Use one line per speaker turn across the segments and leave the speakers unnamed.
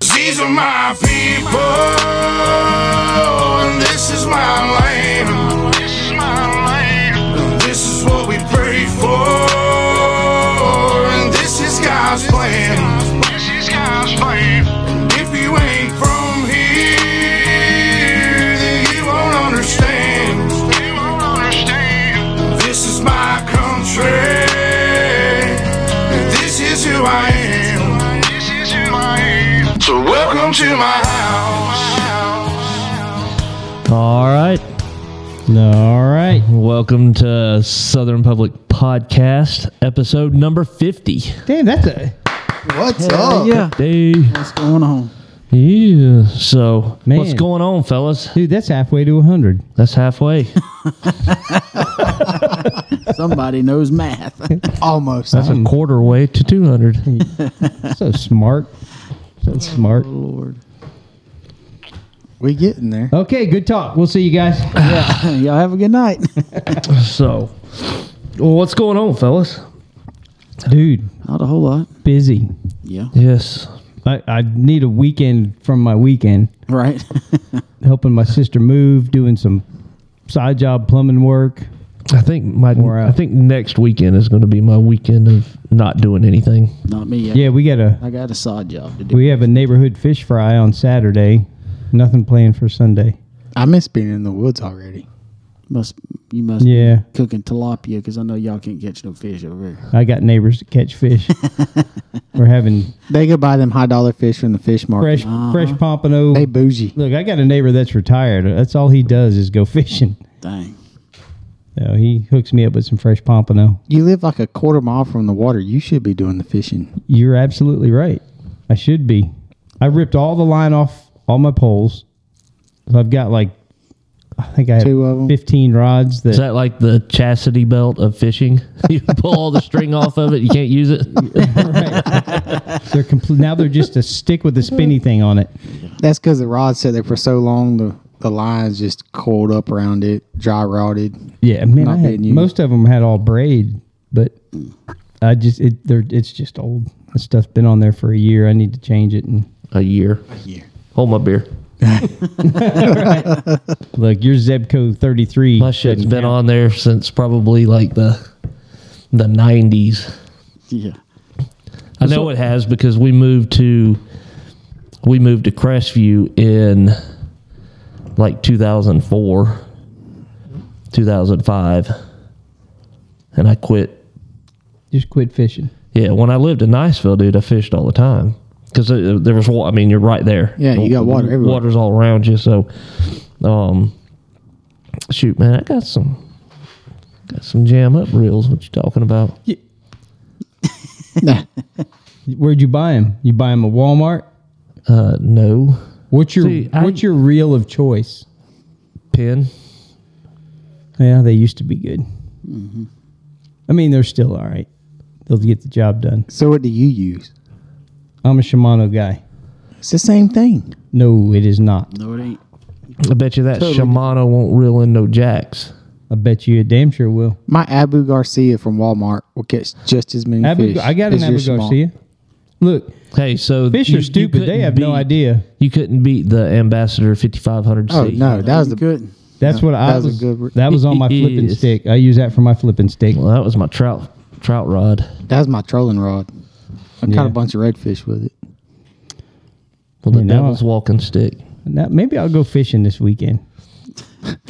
These are my people, and this is my land. This is my land. This is what we pray for, and this is God's plan. This is God's plan. If you ain't from here, then you won't understand. You won't understand. This is my country, and this is who I am. This is who I am. So welcome to my house.
All right. All right. Welcome to Southern Public Podcast, episode number 50.
Damn, that's a.
What's up?
Yeah.
Hey.
Oh, What's going on?
Yeah. So,
Man.
what's going on, fellas?
Dude, that's halfway to 100.
That's halfway.
Somebody knows math.
Almost.
That's a quarter way to 200.
so smart. So smart.
Lord. We getting there.
Okay, good talk. We'll see you guys.
Yeah. Y'all have a good night.
So, well, what's going on, fellas?
Dude,
Not a whole lot.
busy.
Yeah.
Yes.
I, I need a weekend from my weekend.
Right.
Helping my sister move, doing some side job plumbing work.
I think my
We're out.
I think next weekend is going to be my weekend of not doing anything.
Not me yet.
Yeah, we got a
I got a side job to do.
we have a neighborhood fish fry on Saturday. Nothing planned for Sunday.
I miss being in the woods already.
Must you must be
Yeah,
cooking tilapia because I know y'all can't catch no fish over here.
I got neighbors that catch fish. We're having
They go buy them high dollar fish from the fish market.
fresh fresh pompano.
They bougie.
Look, I got a neighbor that's retired. That's all he does is go fishing.
Dang.
So he hooks me up with some fresh pompano.
You live like a quarter mile from the water. You should be doing the fishing.
You're absolutely right. I should be. I ripped all the line off all my poles. So I've got like, I think I have
Two of 'em?
15 rods that,
Is that like the chastity belt of fishing? You pull all the string off of it, you can't use it.
they're complete. Now they're just a stick with a spinny thing on it.
That's because the rod sat there for so long. The the lines just coiled up around it, dry rotted.
Yeah, man.
Not
I had,
being used.
most of them had all braid, but I just it they're it's just old. This stuff's been on there for a year. I need to change it. And
A year. A
year.
Hold my beer.
look, your Zebco 33.
My shit's been on there since probably like the the nineties.
Yeah.
I know it has because we moved to we moved to Crestview in like 2004, 2005, and I quit.
Just quit fishing.
Yeah, when I lived in Niceville, dude, I fished all the time because there was. wa- I mean, you're right there.
Yeah, you got water everywhere.
Water's all around you. So, um, shoot, man, I got some got some jam up reels. What you talking about?
Where'd you buy them? You buy them at Walmart?
Uh, no
What's your
See, I-
What's your reel of choice?
pin.
Yeah, they used to be good.
Mm-hmm.
I mean, they're still all right. They'll get the job done.
So what do you use?
I'm a Shimano guy.
It's the same thing.
No, it is not.
No, it ain't.
I bet you that Shimano won't reel in no jacks.
I bet you it damn sure will.
My Abu Garcia from Walmart will catch just as many
Abu,
fish.
I got an
as
Abu
your small.
Garcia. Look,
Hey, so
fish
you-
are
you
stupid. They
couldn't
have no
beat-
idea.
You couldn't beat the Ambassador 5500C.
Oh no, that was the
good.
That's what I
that was a
was.
good re-
that was on my flipping
Yes.
stick. I use that for my flipping stick.
Well, that was my trout trout rod.
that was my trolling rod. I
Yeah.
caught a bunch of redfish with it.
Well, the
You know.
devil's walking stick.
Now, maybe I'll go fishing this weekend.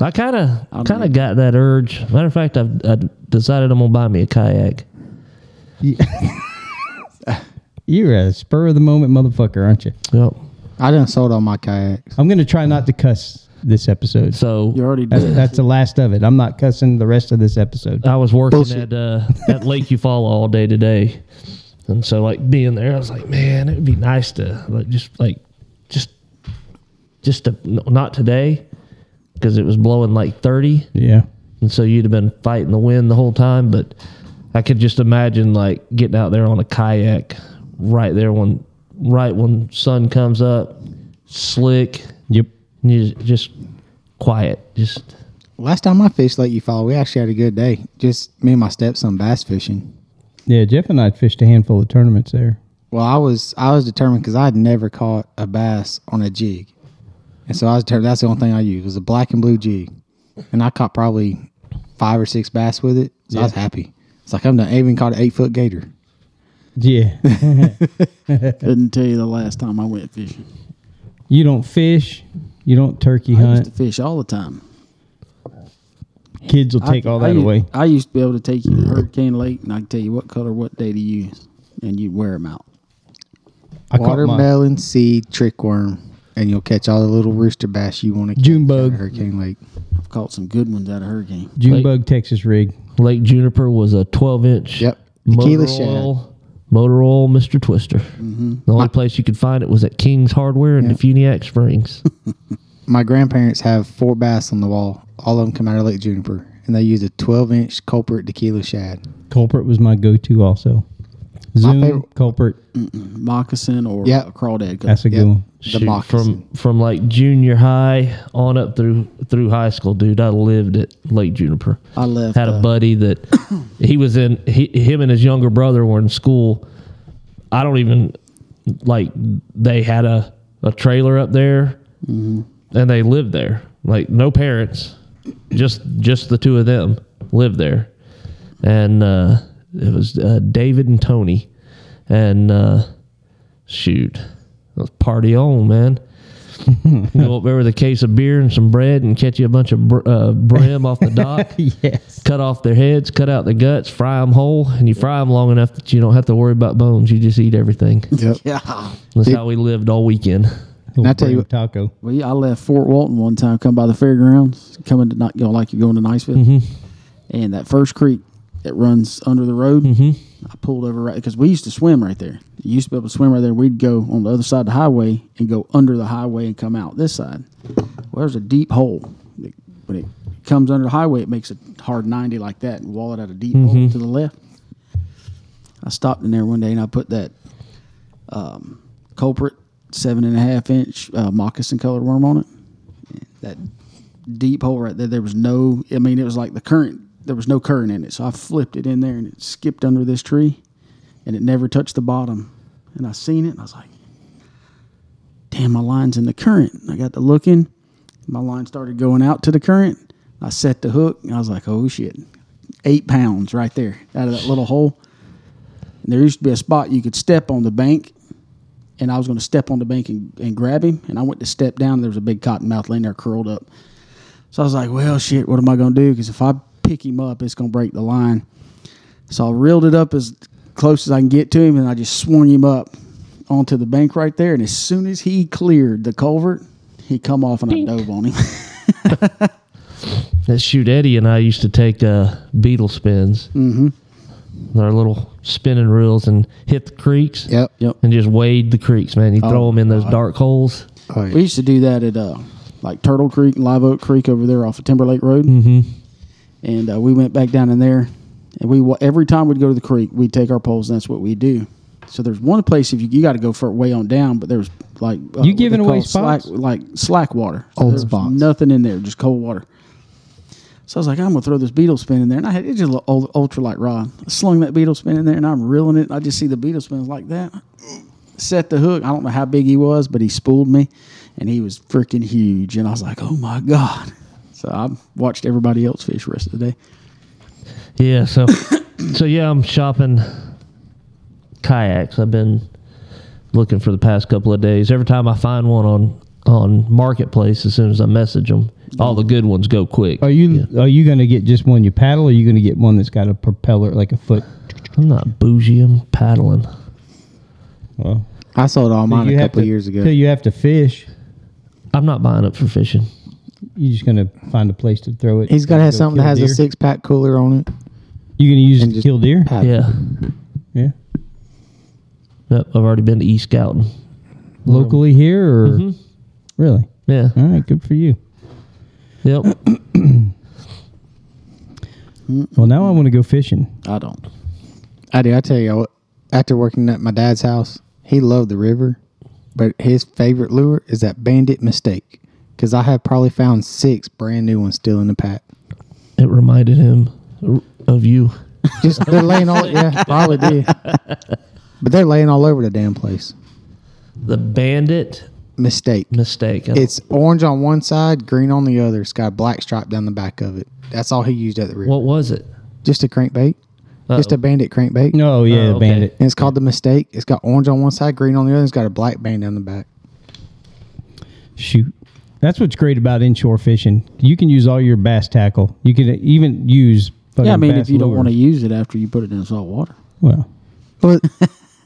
I kind of kind of got that urge. Matter of fact, I've I decided I'm gonna buy me a kayak.
You're a spur of the moment motherfucker, aren't you?
Yep.
I done sold all my kayaks.
I'm gonna try not to cuss this episode.
So
You already
That's,
did.
that's the last of it. I'm not cussing the rest of this episode.
I was working at
Bullshit.
uh, at Lake Eufaula all day today, and so like being there, I was like, man, it would be nice to like just like just just to no, not today because it was blowing like thirty,
Yeah.
and so you'd have been fighting the wind the whole time. But I could just imagine like getting out there on a kayak right there when right when sun comes up, slick,
Yep.
and you just quiet, just
Last time I fished Lake Eufaula, we actually had a good day. Just me and my stepson bass fishing.
Yeah. Jeff and I fished a handful of tournaments there.
Well, I was I was determined because I had never caught a bass on a jig, and so I was determined that's the only thing I used was a black and blue jig, and I caught probably five or six bass with it. So I was happy. It's like I'm done. I even caught an eight foot gator.
Yeah.
Couldn't tell you the last time I went fishing.
you don't fish. You don't turkey
I used
hunt.
to fish all the time.
Kids will
I-
take all
I
that
used-
away.
I used to be able to take you to Hurricane Lake, and I could tell you what color, what day to use, and you'd wear them out.
I caught my
Watermelon seed trick worm, and you'll catch all the little rooster bass you want to catch.
June
out of
bug.
Hurricane Lake.
I've caught some good ones out of Hurricane.
June bug Texas rig.
Lake Juniper was a 12 inch.
Yep.
Motor
Tequila Mm-hmm. shad.
oil, motor oil, Mr. Twister. The only place you could find it was at King's Hardware in Defuniak Springs.
My grandparents have four bass on the wall. All of them come out of Lake Juniper, and they use a 12 inch culprit tequila shad.
Culprit was my go to also. Zoom,
favorite-
culprit.
Moccasin or
Yep.
a crawdad.
That's a
Yep.
good one.
The
Shoot,
moccasin.
from from like junior high on up through through high school, dude. I lived at Lake Juniper.
I left.
Had a
uh,
buddy that he was in. He, him and his younger brother were in school. I don't even like they had a a trailer up there,
Mm-hmm.
and they lived there. Like no parents, just just the two of them lived there, and uh, it was uh, David and Tony, and uh, shoot, it was party on, man. Go up there with a case of beer and some bread, and catch you a bunch of br- uh, brim off the dock
Yes.
cut off their heads, cut out the guts, fry them whole, and you fry them long enough that you don't have to worry about bones. You just eat everything.
Yep.
Yeah.
That's how we lived all weekend.
I tell you what-
taco.
We, I left Fort Walton one time, come by the fairgrounds, coming to not you know, like you're going to Niceville. And that first creek that runs under the road, I pulled over right because we used to swim right there. You used to be able to swim right there. We'd go on the other side of the highway and go under the highway and come out this side. Well, there's a deep hole. that- When it comes under the highway, it makes a hard 90 like that and wall it out a deep hole to the left. I stopped in there one day and I put that culprit, seven and a half inch uh, moccasin colored worm on it. That deep hole right there, there was no, I mean, it was like the current, there was no current in it. So I flipped it in there and it skipped under this tree and it never touched the bottom. And I seen it and I was like, damn, my line's in the current. And I got to looking, my line started going out to the current. I set the hook and I was like, oh shit, eight pounds right there out of that little hole. And there used to be a spot you could step on the bank and I was going to step on the bank and, and grab him. And I went to step down. And there was a big cottonmouth laying there curled up. So I was like, well, shit, what am I going to do? Because if I pick him up, it's going to break the line. So I reeled it up as close as I can get to him, and I just swung him up onto the bank right there. And as soon as he cleared the culvert, he come off and I dove on him.
That shoot Eddie and I used to take uh, beetle spins, mm-hmm. our little spinning reels, and hit the creeks.
Yep.
yep.
And just wade the creeks, man. You throw them in those dark holes.
Oh, yeah.
We used to do that at uh, like Turtle Creek and Live Oak Creek over there off of Timberlake Road. Mm-hmm. And uh, we went back down in there, and we wa- every time we'd go to the creek, we'd take our poles, and that's what we do. So there's one place if you, you got to go for way on down, but there's like uh,
You
what
giving
they
away
call slack,
spots?
like slack water, So
Old
there was
spots.
nothing in there, just cold water. So I was like, I'm gonna throw this beetle spin in there, and I had it's just a little ul- ultralight rod. I slung that beetle spin in there, and I'm reeling it. And I just see the beetle spin like that. Set the hook. I don't know how big he was, but he spooled me, and he was freaking huge. And I was like, oh my god. So I watched everybody else fish the rest of the day.
Yeah, so so yeah, I'm shopping kayaks. I've been looking for the past couple of days. Every time I find one on on marketplace, as soon as I message them, all the good ones go quick.
Are you are you gonna get just one you paddle or are you gonna get one that's got a propeller like a foot?
I'm not bougie. I'm paddling.
Well,
I sold all mine
you
a
have
couple
to-
years ago.
Till you have to fish,
I'm not buying up for fishing.
you're just gonna find a place to throw it.
He's got to have
Go
something
kill
that has
deer.
a six pack cooler on it.
You're gonna use it
and
to
just
kill deer.
paddle.
Yeah.
Yeah.
Yep, I've already been to East Scouting.
Locally here or
Mm-hmm.
really?
Yeah.
All right, good for you.
Yep.
Well, now I want to go fishing.
I don't.
I do. I tell you, what, after working at my dad's house, he loved the river, but his favorite lure is that bandit mistake. Because I have probably found six brand new ones still in the pack.
It reminded him of you.
Just they're laying all yeah, probably did. But they're laying all over the damn place.
The bandit
Mistake.
mistake. I don't-
It's orange on one side, green on the other. It's got a black stripe down the back of it. That's all he used at the rear.
what was it?
just a crankbait. Just a bandit crankbait.
No, yeah,
Oh,
the
okay.
bandit.
And it's called the mistake. It's got orange on one side, green on the other. It's got a black band down the back.
Shoot. That's what's great about inshore fishing. You can use all your bass tackle. You can even use.
Yeah, I
fucking
mean,
bass
if you don't want to
lures.
use it after you put it in salt water,
Well,
Well,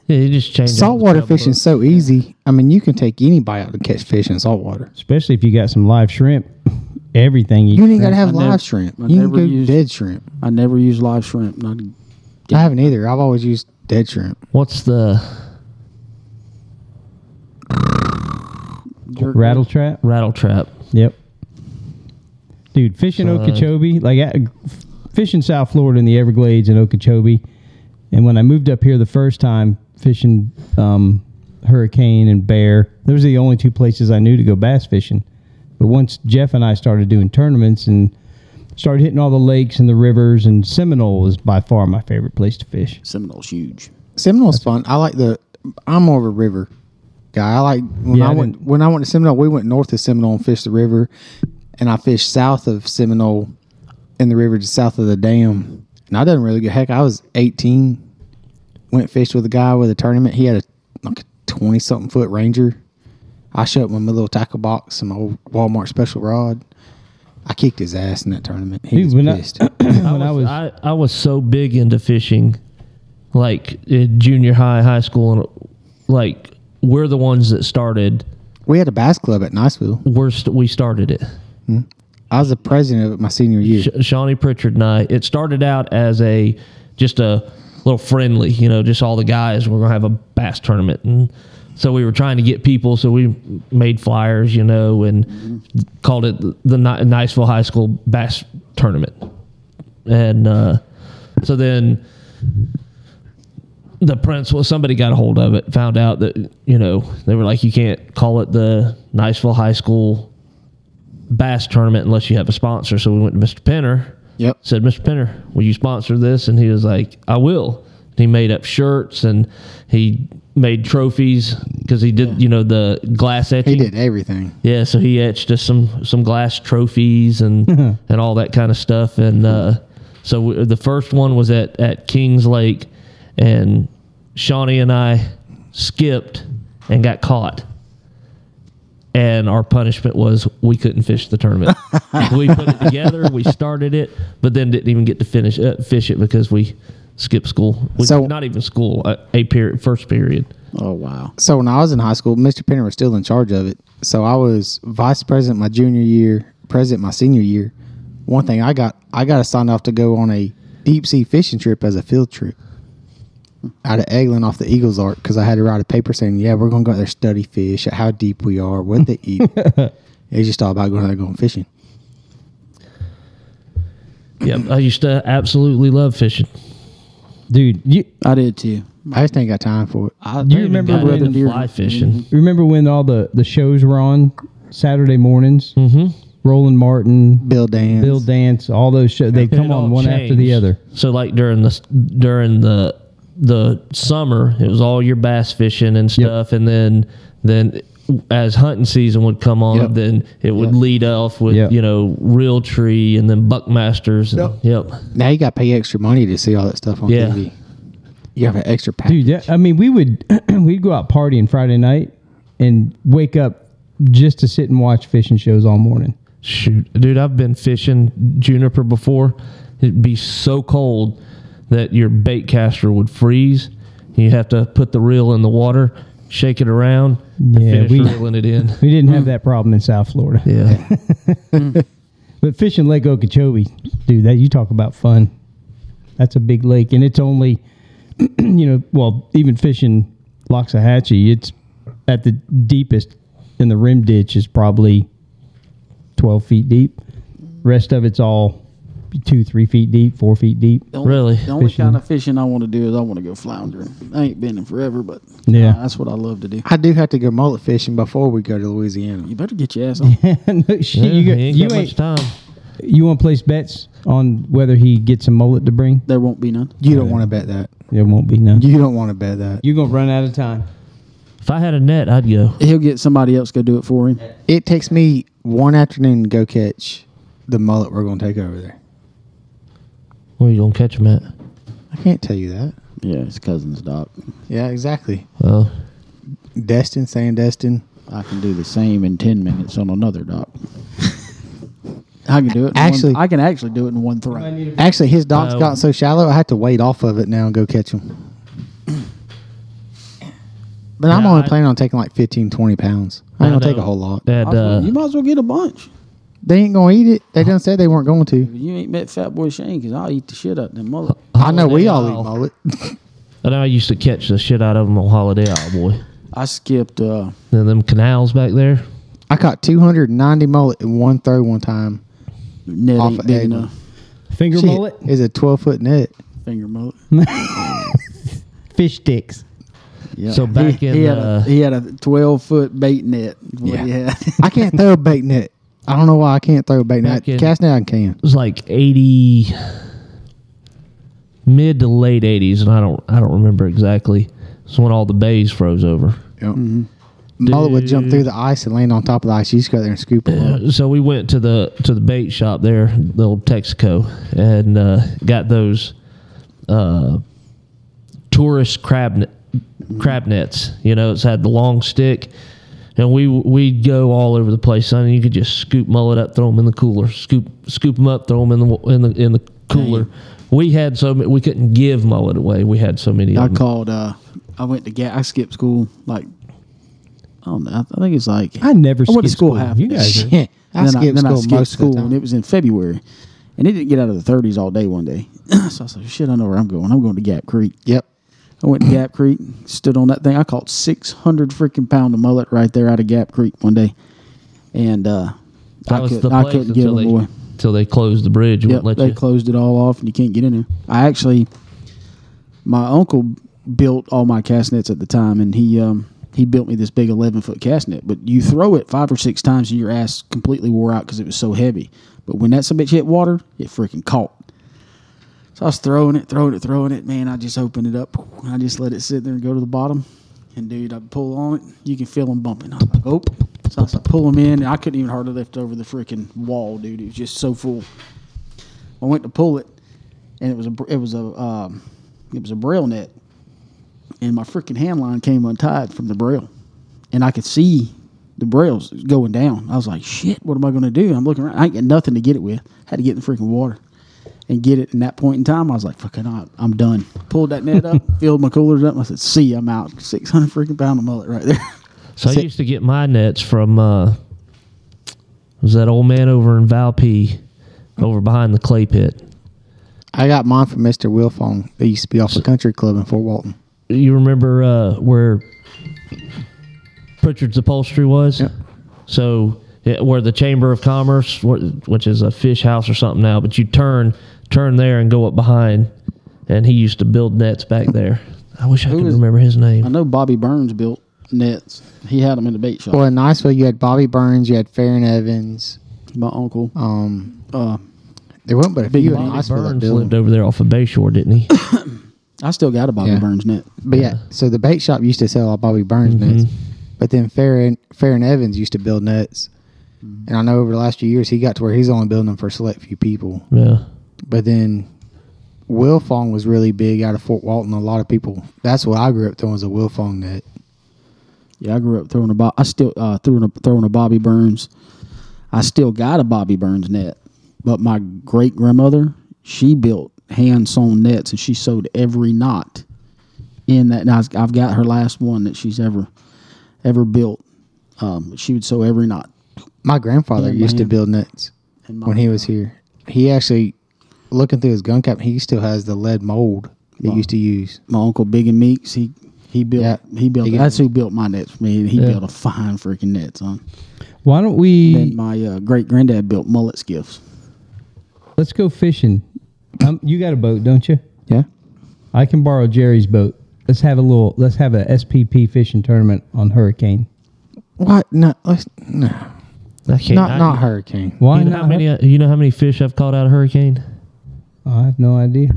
Yeah, you just changed it.
saltwater fishing's so easy. I mean, you can take anybody out to catch fish in saltwater.
especially if you got some live shrimp, everything you,
You ain't got to have
I
live
nev-
shrimp.
I
You can
never
go
used-
dead shrimp.
I never use live shrimp. Not
I haven't either. I've always used dead shrimp.
What's the
jerk
rattle trap.
rattle trap?
Yep. uh, Dude, fishing Okeechobee, like I, fishing South Florida in the Everglades and Okeechobee, and when I moved up here the first time fishing um, Hurricane and Bear, those are the only two places I knew to go bass fishing. But once Jeff and I started doing tournaments and started hitting all the lakes and the rivers, and Seminole is by far my favorite place to fish.
Seminole's huge.
Seminole's fun. I like the. I'm more of a river guy. I like when
Yeah,
I,
I
went when I went to Seminole. We went north to Seminole and fished the river, and I fished south of Seminole in the river just south of the dam. And I done really good. Heck, I was 18. Went fished with a guy with a tournament. He had a like a 20 something foot ranger. I showed up with my little tackle box and my old Walmart special rod. I kicked his ass in that tournament. He
Dude,
was
when I-
pissed.
when I was,
I, I was so big into fishing, like in junior high, high school, and like we're the ones that started.
we had a bass club at Niceville.
We're st- we started it.
I was the president of it my senior year.
Sh- Shawnee Pritchard and I. It started out as a just a little friendly, you know, just all the guys. We're gonna have a bass tournament, and so we were trying to get people. So we made flyers, you know, and called it the Ni- Niceville High School Bass Tournament. And uh, so then the principal, somebody got a hold of it, found out that you know they were like, you can't call it the Niceville High School bass tournament unless you have a sponsor. So we went to Mr. Penner.
Yep.
Said, Mr. Penner, will you sponsor this? And he was like, I will. And he made up shirts and he made trophies because he did, you know, the glass etching.
He did everything.
Yeah, so he etched us some some glass trophies and and all that kind of stuff. And uh, so w the first one was at at Kings Lake, and Shawnee and I skipped and got caught. And our punishment was we couldn't fish the tournament. we put it together, we started it, but then didn't even get to finish uh, fish it because we skipped school. We,
So-
not even school, a, a period, first period.
Oh wow!
So when I was in high school, Mr. Penner was still in charge of it. So I was vice president my junior year, president my senior year. One thing I got, I got signed off to go on a deep sea fishing trip as a field trip out of Eglin off the Eagles Ark because I had to write a paper saying, "Yeah, we're going to go out there study fish, how deep we are, what they eat." it's just all about going out there going fishing.
Yep, I used to absolutely love fishing.
dude, you
I did too.
I just ain't got time for it.
I,
you remember
Got
when
into
Brother Deere.
fly fishing.
remember when all the the shows were on Saturday mornings? Mm-hmm. Roland Martin,
Bill Dan,
Bill Dance, all those shows. They
And
come
it all
on one after the
changed.
other.
So like during the during the the summer, it was all your bass fishing and stuff, and then then as hunting season would come on,
Yep.
then it would lead off with
Yep.
you know real tree and then buckmasters. And, yep.
Now you got to pay extra money to see all that stuff on
Yeah.
TV. You have an extra package.
Dude, that, I mean, we would we'd go out partying Friday night and wake up just to sit and watch fishing shows all morning.
Shoot, dude, I've been fishing juniper before. It'd be so cold that your bait caster would freeze. You have to put the reel in the water, shake it around, and
Yeah,
finish
we-
reeling it in.
We didn't have that problem in South Florida,
Yeah.
but fishing Lake Okeechobee, dude, that you talk about fun. That's a big lake, and it's only you know, well, even fishing Loxahatchee, it's at the deepest in the rim ditch is probably twelve feet deep. Rest of it's all two, three feet deep, four feet deep.
The only-
Really?
The only
Fishing.
kind of fishing I want to do is I want to go floundering. I ain't been in forever, but
Yeah.
uh, that's what I love to do.
I do have to go mullet fishing before we go to Louisiana.
You better get your ass on.
no, shit,
Yeah,
you,
you
got,
ain't
you,
got much
ain't,
time.
you want to place bets? on whether he gets a mullet to bring?
There won't be none.
You don't want to bet that.
There won't be none.
You don't want to bet that.
You're gonna run out of time.
If I had a net, I'd go.
He'll get somebody else go do it for him.
It takes me one afternoon to go catch the mullet we're going to take over there.
Where you gonna catch him at?
I can't tell you that.
Yeah, his cousin's doc.
Yeah, exactly.
Well,
Destin, Sandestin.
I can do the same in ten minutes on another doc. I can do it. in one-
Actually-
I can actually do it in one throw.
Actually, his dock's
Oh.
gotten so shallow, I have to wade off of it now and go catch him. But I'm
Yeah,
only
I-
planning on taking like 15, 20 pounds. I ain't
I
going to take
know
a whole lot.
that uh,
you might as well get a bunch.
They ain't going to eat it. They done said they weren't going to.
You ain't met Fat Boy Shane because I'll eat the shit out of them mother.
I know we
Holiday
all eat
Isle.
mullet.
I know I used to catch the shit out of them on Holiday Isle, boy.
I skipped. uh
Then them canals back there.
I caught 290 mullet in one throw one time.
Net
Off
ain't
of
big
egg.
enough.
Finger
Shit,
mullet,
it's a 12 foot net.
Finger mullet.
fish sticks.
Yeah.
So back
he,
in,
he had,
uh,
a, he had a twelve foot bait net. is What he had.
I can't throw a bait net. I don't know why I can't throw a bait net.
Back in-
Cast net I can.
It was like eighty, mid to late eighties, and I don't I don't remember exactly. It's when all the bays froze over.
Mullet would jump through the ice and land on top of the ice. You just go there and scoop them up.
So we went to the to the bait shop there, the old Texaco, and uh, got those uh, tourist crab ne- crab nets. You know, it's had the long stick, and we we'd go all over the place, son. And you could just scoop mullet up, throw them in the cooler, scoop scoop them up, throw them in the wa- in the in the cooler. We had so many, we couldn't give mullet away. We had so many.
I
of them.
called. uh I went to Ga- I skipped school. Like I don't know. I think it's like
I never
I went to
skipped
school,
school.
half.
You
day.
guys
Yeah, I
then
skipped
I, then I
school
skipped
most
school,
of the
and
time.
it was in February, and it didn't get out of the 30s all day one day. so I was like, "Shit, I know where I'm going. I'm going to Gap Creek."
yep.
I went to Gap Creek, stood on that thing. I caught 600 freaking pound of mullet right there out of Gap Creek one day, and uh,
That
I,
was
could,
the
I
place
couldn't give
until
them
they,
away.
until they closed the bridge. and
Yep,
wouldn't let
they
you.
closed it all off, and you can't get in there. I actually, my uncle built all my cast nets at the time, and he um, he built me this big eleven foot cast net. But you throw it five or six times, and your ass completely wore out because it was so heavy. But when that some bitch hit water, it freaking caught. So I was throwing it, throwing it, throwing it. Man, I just opened it up. and I just let it sit there and go to the bottom. And dude, I pull on it. You can feel them bumping. I was like, oh. So I was like, pull them in. And I couldn't even hardly lift over the freaking wall, dude. It was just so full. I went to pull it, and it was a br- it was a um, it was a braille net, and my freaking hand line came untied from the braille, and I could see the braille's going down. I was like, "Shit, what am I gonna do?" I'm looking around. I ain't got nothing to get it with. had to get in the freaking water and get it. In that point in time, I was like, "Fucking, I- I'm done." Pulled that net up, filled my coolers up. And I said, "See, I'm out. 600 freaking pound of mullet right there."
So I used to get my nets from uh was that old man over in Valpy over behind the clay pit.
I got mine from Mr. Wilfong. They used to be off the country club in Fort Walton.
You remember uh where Pritchard's upholstery was? So yeah, where the Chamber of Commerce, wh- which is a fish house or something now, but you turn turn there and go up behind, and he used to build nets back there. I wish I could
is-
remember his
I
name.
know Bobby Burns built nets. He had them in the bait shop.
Well, in Niceville, you had Bobby Burns, you had Farron Evans.
My uncle.
Um,
Uh,
there weren't but a
Big
few in
Bobby
Niceville that
Burns
built
lived
them.
over there off of Bayshore, didn't he?
I still got a Bobby
Yeah.
Burns net.
But yeah, Mm-hmm. so the bait shop used to sell all Bobby Burns nets, but then Farron Farron Evans used to build nets. And I know over the last few years, he got to where he's only building them for a select few people.
yeah.
But then Wilfong was really big out of Fort Walton. A lot of people. That's what I grew up throwing was a Wilfong net.
Yeah, I grew up throwing a bo- I still uh, throwing a, throwing a Bobby Burns. I still got a Bobby Burns net, but my great grandmother she built hand sewn nets and she sewed every knot in that. Now I've got her last one that she's ever ever built. Um, she would sew every knot.
My grandfather
Yeah,
used to
man.
build nets
And my,
when he was here. He actually looking through his gun cap. He still has the lead mold they used to use.
my uncle Big and Meeks he he built
Yeah.
he built
Big and-
that's who built my nets for me. He built a fine freaking net, son.
Why don't
Then
we?
my uh, great granddad built mullet skiffs.
Let's go fishing. Um, you got a boat, don't you?
Yeah,
I can borrow Jerry's boat. Let's have a little. Let's have a SPP fishing tournament on Hurricane.
What? No, let's, no,
I can't,
not
I-
not hurricane.
Why
You know
not?
how many? You know how many fish I've caught out of hurricane?
I have no idea.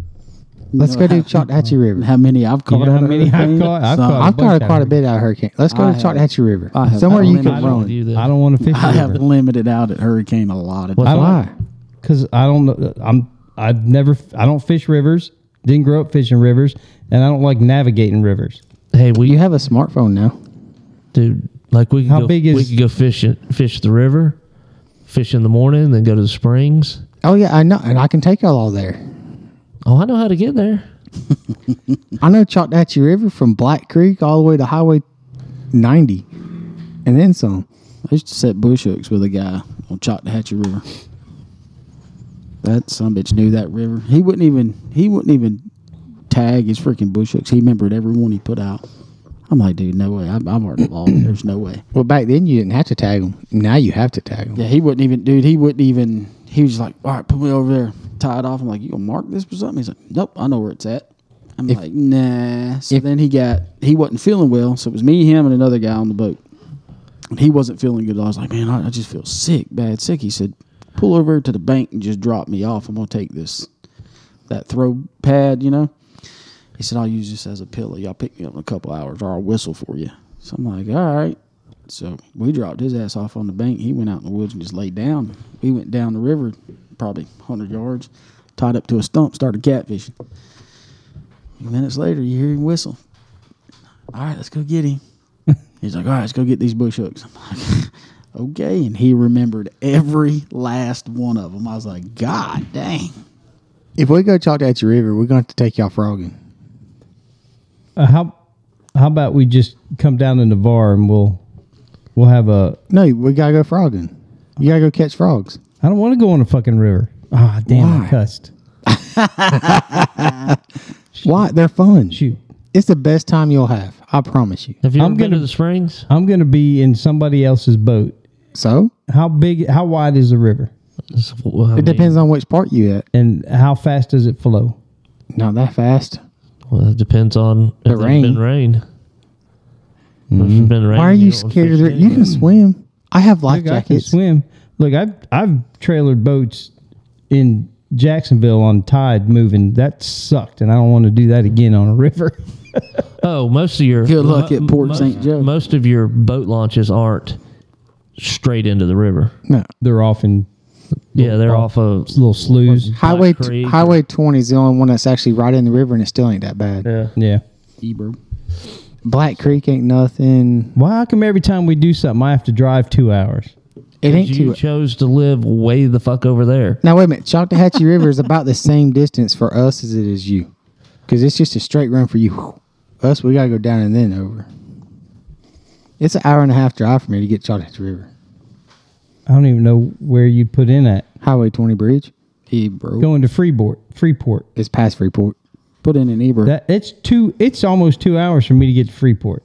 Let's
know
go
how-
to Chattahoochee River.
How many I've
You
caught?
know how
out of
many I've
hurricanes?
caught? I've
Some.
caught
Uh, I've
bunch
caught
out
quite a
of
bit out of hurricane. Let's go
I
to
have.
Chattahoochee River.
I have.
Somewhere
I
you
mean,
can
I
I don't
run.
do that.
I don't want to fish.
I
the
have
river.
limited out at hurricane a lot of
What's
times.
that?
Why?
because I don't know. I'm I've never I don't fish rivers. Didn't grow up fishing rivers, and I don't like navigating rivers.
Hey, we
You have a smartphone now.
dude, like we could
How
go,
big
we
is-
could go fish it, fish the river, fish in the morning, then go to the springs.
Oh yeah, I know, and I can take y'all all there.
Oh, I know how to get there.
I know Chattahoochee River from Black Creek all the way to Highway 90, and then some.
I used to set bush hooks with a guy on Chattahoochee River. That some bitch knew that river. He wouldn't even he wouldn't even tag his freaking bush hooks. He remembered every one he put out. I'm like, dude, no way. I'm, I'm already lost. There's no way.
Well, back then you didn't have to tag them. Now you have to tag them.
Yeah, he wouldn't even, dude. He wouldn't even. He was like, all right, put me over there, tie it off. I'm like, you gonna mark this or something? He's like, nope, I know where it's at. I'm like, nah. So then he got, he wasn't feeling well, so it was me, him, and another guy on the boat. And he wasn't feeling good. I was like, man, I, I just feel sick, bad sick. He said, pull over to the bank and just drop me off. I'm gonna take this, that throw pad, you know. He said, I'll use this as a pillow. Y'all pick me up in a couple hours, or I'll whistle for you. So I'm like, all right. So we dropped his ass off on the bank. He went out in the woods and just laid down. We went down the river, probably 100 yards, tied up to a stump, started catfishing. A few minutes later, you hear him whistle. All right, let's go get him. He's like, all right, let's go get these bush hooks. I'm like, okay. And he remembered every last one of them. I was like, God dang.
If we go to Chattahoochee River, we're going to have to take y'all frogging.
Uh, how how about we just come down to Navarre and we'll we'll have a.
No, we gotta go frogging. You gotta go catch frogs.
I don't want to go on a fucking river. Ah, damn!
Why?
I cussed.
Why? They're fun.
Shoot.
It's the best time you'll have. I promise you.
Have you
I'm
ever been to
gonna-
the springs?
I'm gonna be in somebody else's boat.
So
How big? How wide is the river?
It's- well, I
it
mean,
depends on which part you at.
And how fast does it flow?
Not that fast.
Well, it depends on if there's
rain.
been rain. If it's been rain.
Why are you
don't
scared of
fish
the? You
anyway.
can swim. I have life
Look, I can
jackets.
swim. Look, I've I've trailered boats in Jacksonville on tide moving. That sucked, and I don't want to do that again on a river.
Oh, most of your
Good luck
mo-
at Port
mo-
St. Joe.
Most of your boat launches aren't straight into the river.
No.
They're off in
Yeah, they're off of
little sloughs.
Highway
Black Creek or-
Highway 20 is the only one that's actually right in the river and it still ain't that bad.
yeah.
Yeah.
Ebro.
Black Creek ain't nothing.
Why how come every time we do something I have to drive two hours?
It ain't
You
too.
chose to live way the fuck over there.
Now wait a minute. Chattahoochee River is about the same distance for us as it is you, because it's just a straight run for you. Us, we gotta go down and then over. It's an hour and a half drive for me to get Chattahoochee River.
I don't even know where you put in at.
Highway 20 bridge. Ebro.
Going to Freeport, Freeport.
It's past Freeport.
Put in an Ebro.
That it's two. It's almost two hours for me to get to Freeport.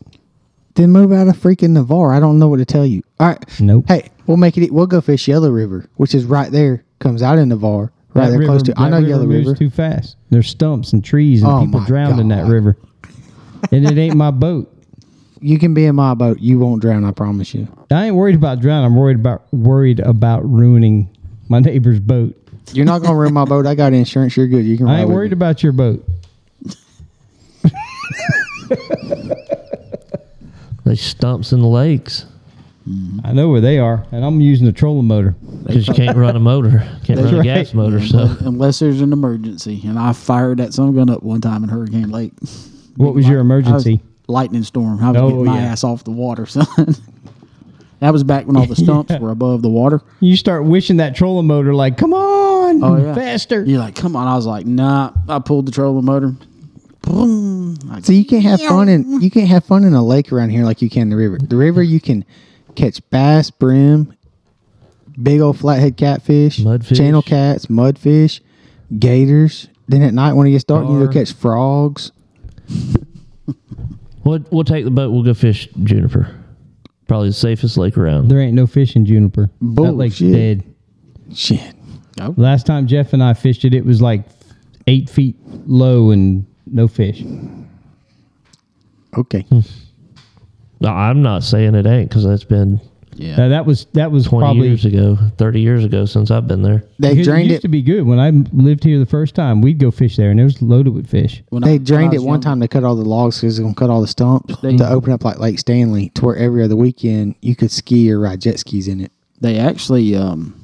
Then move out of freaking Navarre. I don't know what to tell you. All right.
Nope.
Hey, we'll make it. We'll go fish Yellow River, which is right there. Comes out in Navarre. Right
That
there,
river-
close to. I
that
know
river
Yellow
moves
River.
Too fast. There's stumps and trees and
Oh
people
my
drowned in that
God.
river, and it ain't my boat.
You can be in my boat. You won't drown. I promise you.
I ain't worried about drowning. I'm worried about worried about ruining my neighbor's boat.
You're not gonna ruin my boat. I got insurance. You're good. You can.
I
ride
ain't
with
worried
me.
about your boat.
They stumps in the lakes
I know where they are, and I'm using a trolling motor.
because you can't run a motor, can't run a gas motor. So
Unless there's an emergency. And I fired that sun gun up one time in Hurricane Lake.
What was your
I was-
emergency?
lightning storm. I was
Oh,
getting my
yeah.
ass off the water, son. that was back when all the stumps were above the water.
You start wishing that trolling motor like, come on,
Oh, yeah.
faster.
You're like, come on. I was like, nah. I pulled the trolling motor. Boom. Like,
So you can't have fun in you can't have fun in a lake around here like you can in the river. The river you can catch bass, brim, big old flathead catfish,
Mudfish.
channel cats, mudfish, gators. Then at night when it gets dark, you
Gar.
go catch frogs.
we'll, we'll take the boat. We'll go fish juniper. Probably the safest lake around.
There ain't no fish in Juniper. That lake's
Bullshit.
dead.
Shit.
Last time Jeff and I fished it, it was like eight feet low and no fish.
Okay.
Hmm.
No, I'm not saying it ain't because that's been
Yeah.
Now, that was that was
20
probably
years ago, 30 years ago since I've been there.
They
because
drained
it
it.
used to be good when I m- lived here the first time. We'd go fish there and it was loaded with fish.
When I-
They
when I
drained it
was
one
younger-
time to cut all the logs because they're gonna cut all the stumps
They-
to open up like Lake Stanley to where every other weekend you could ski or ride jet skis in it.
They actually um,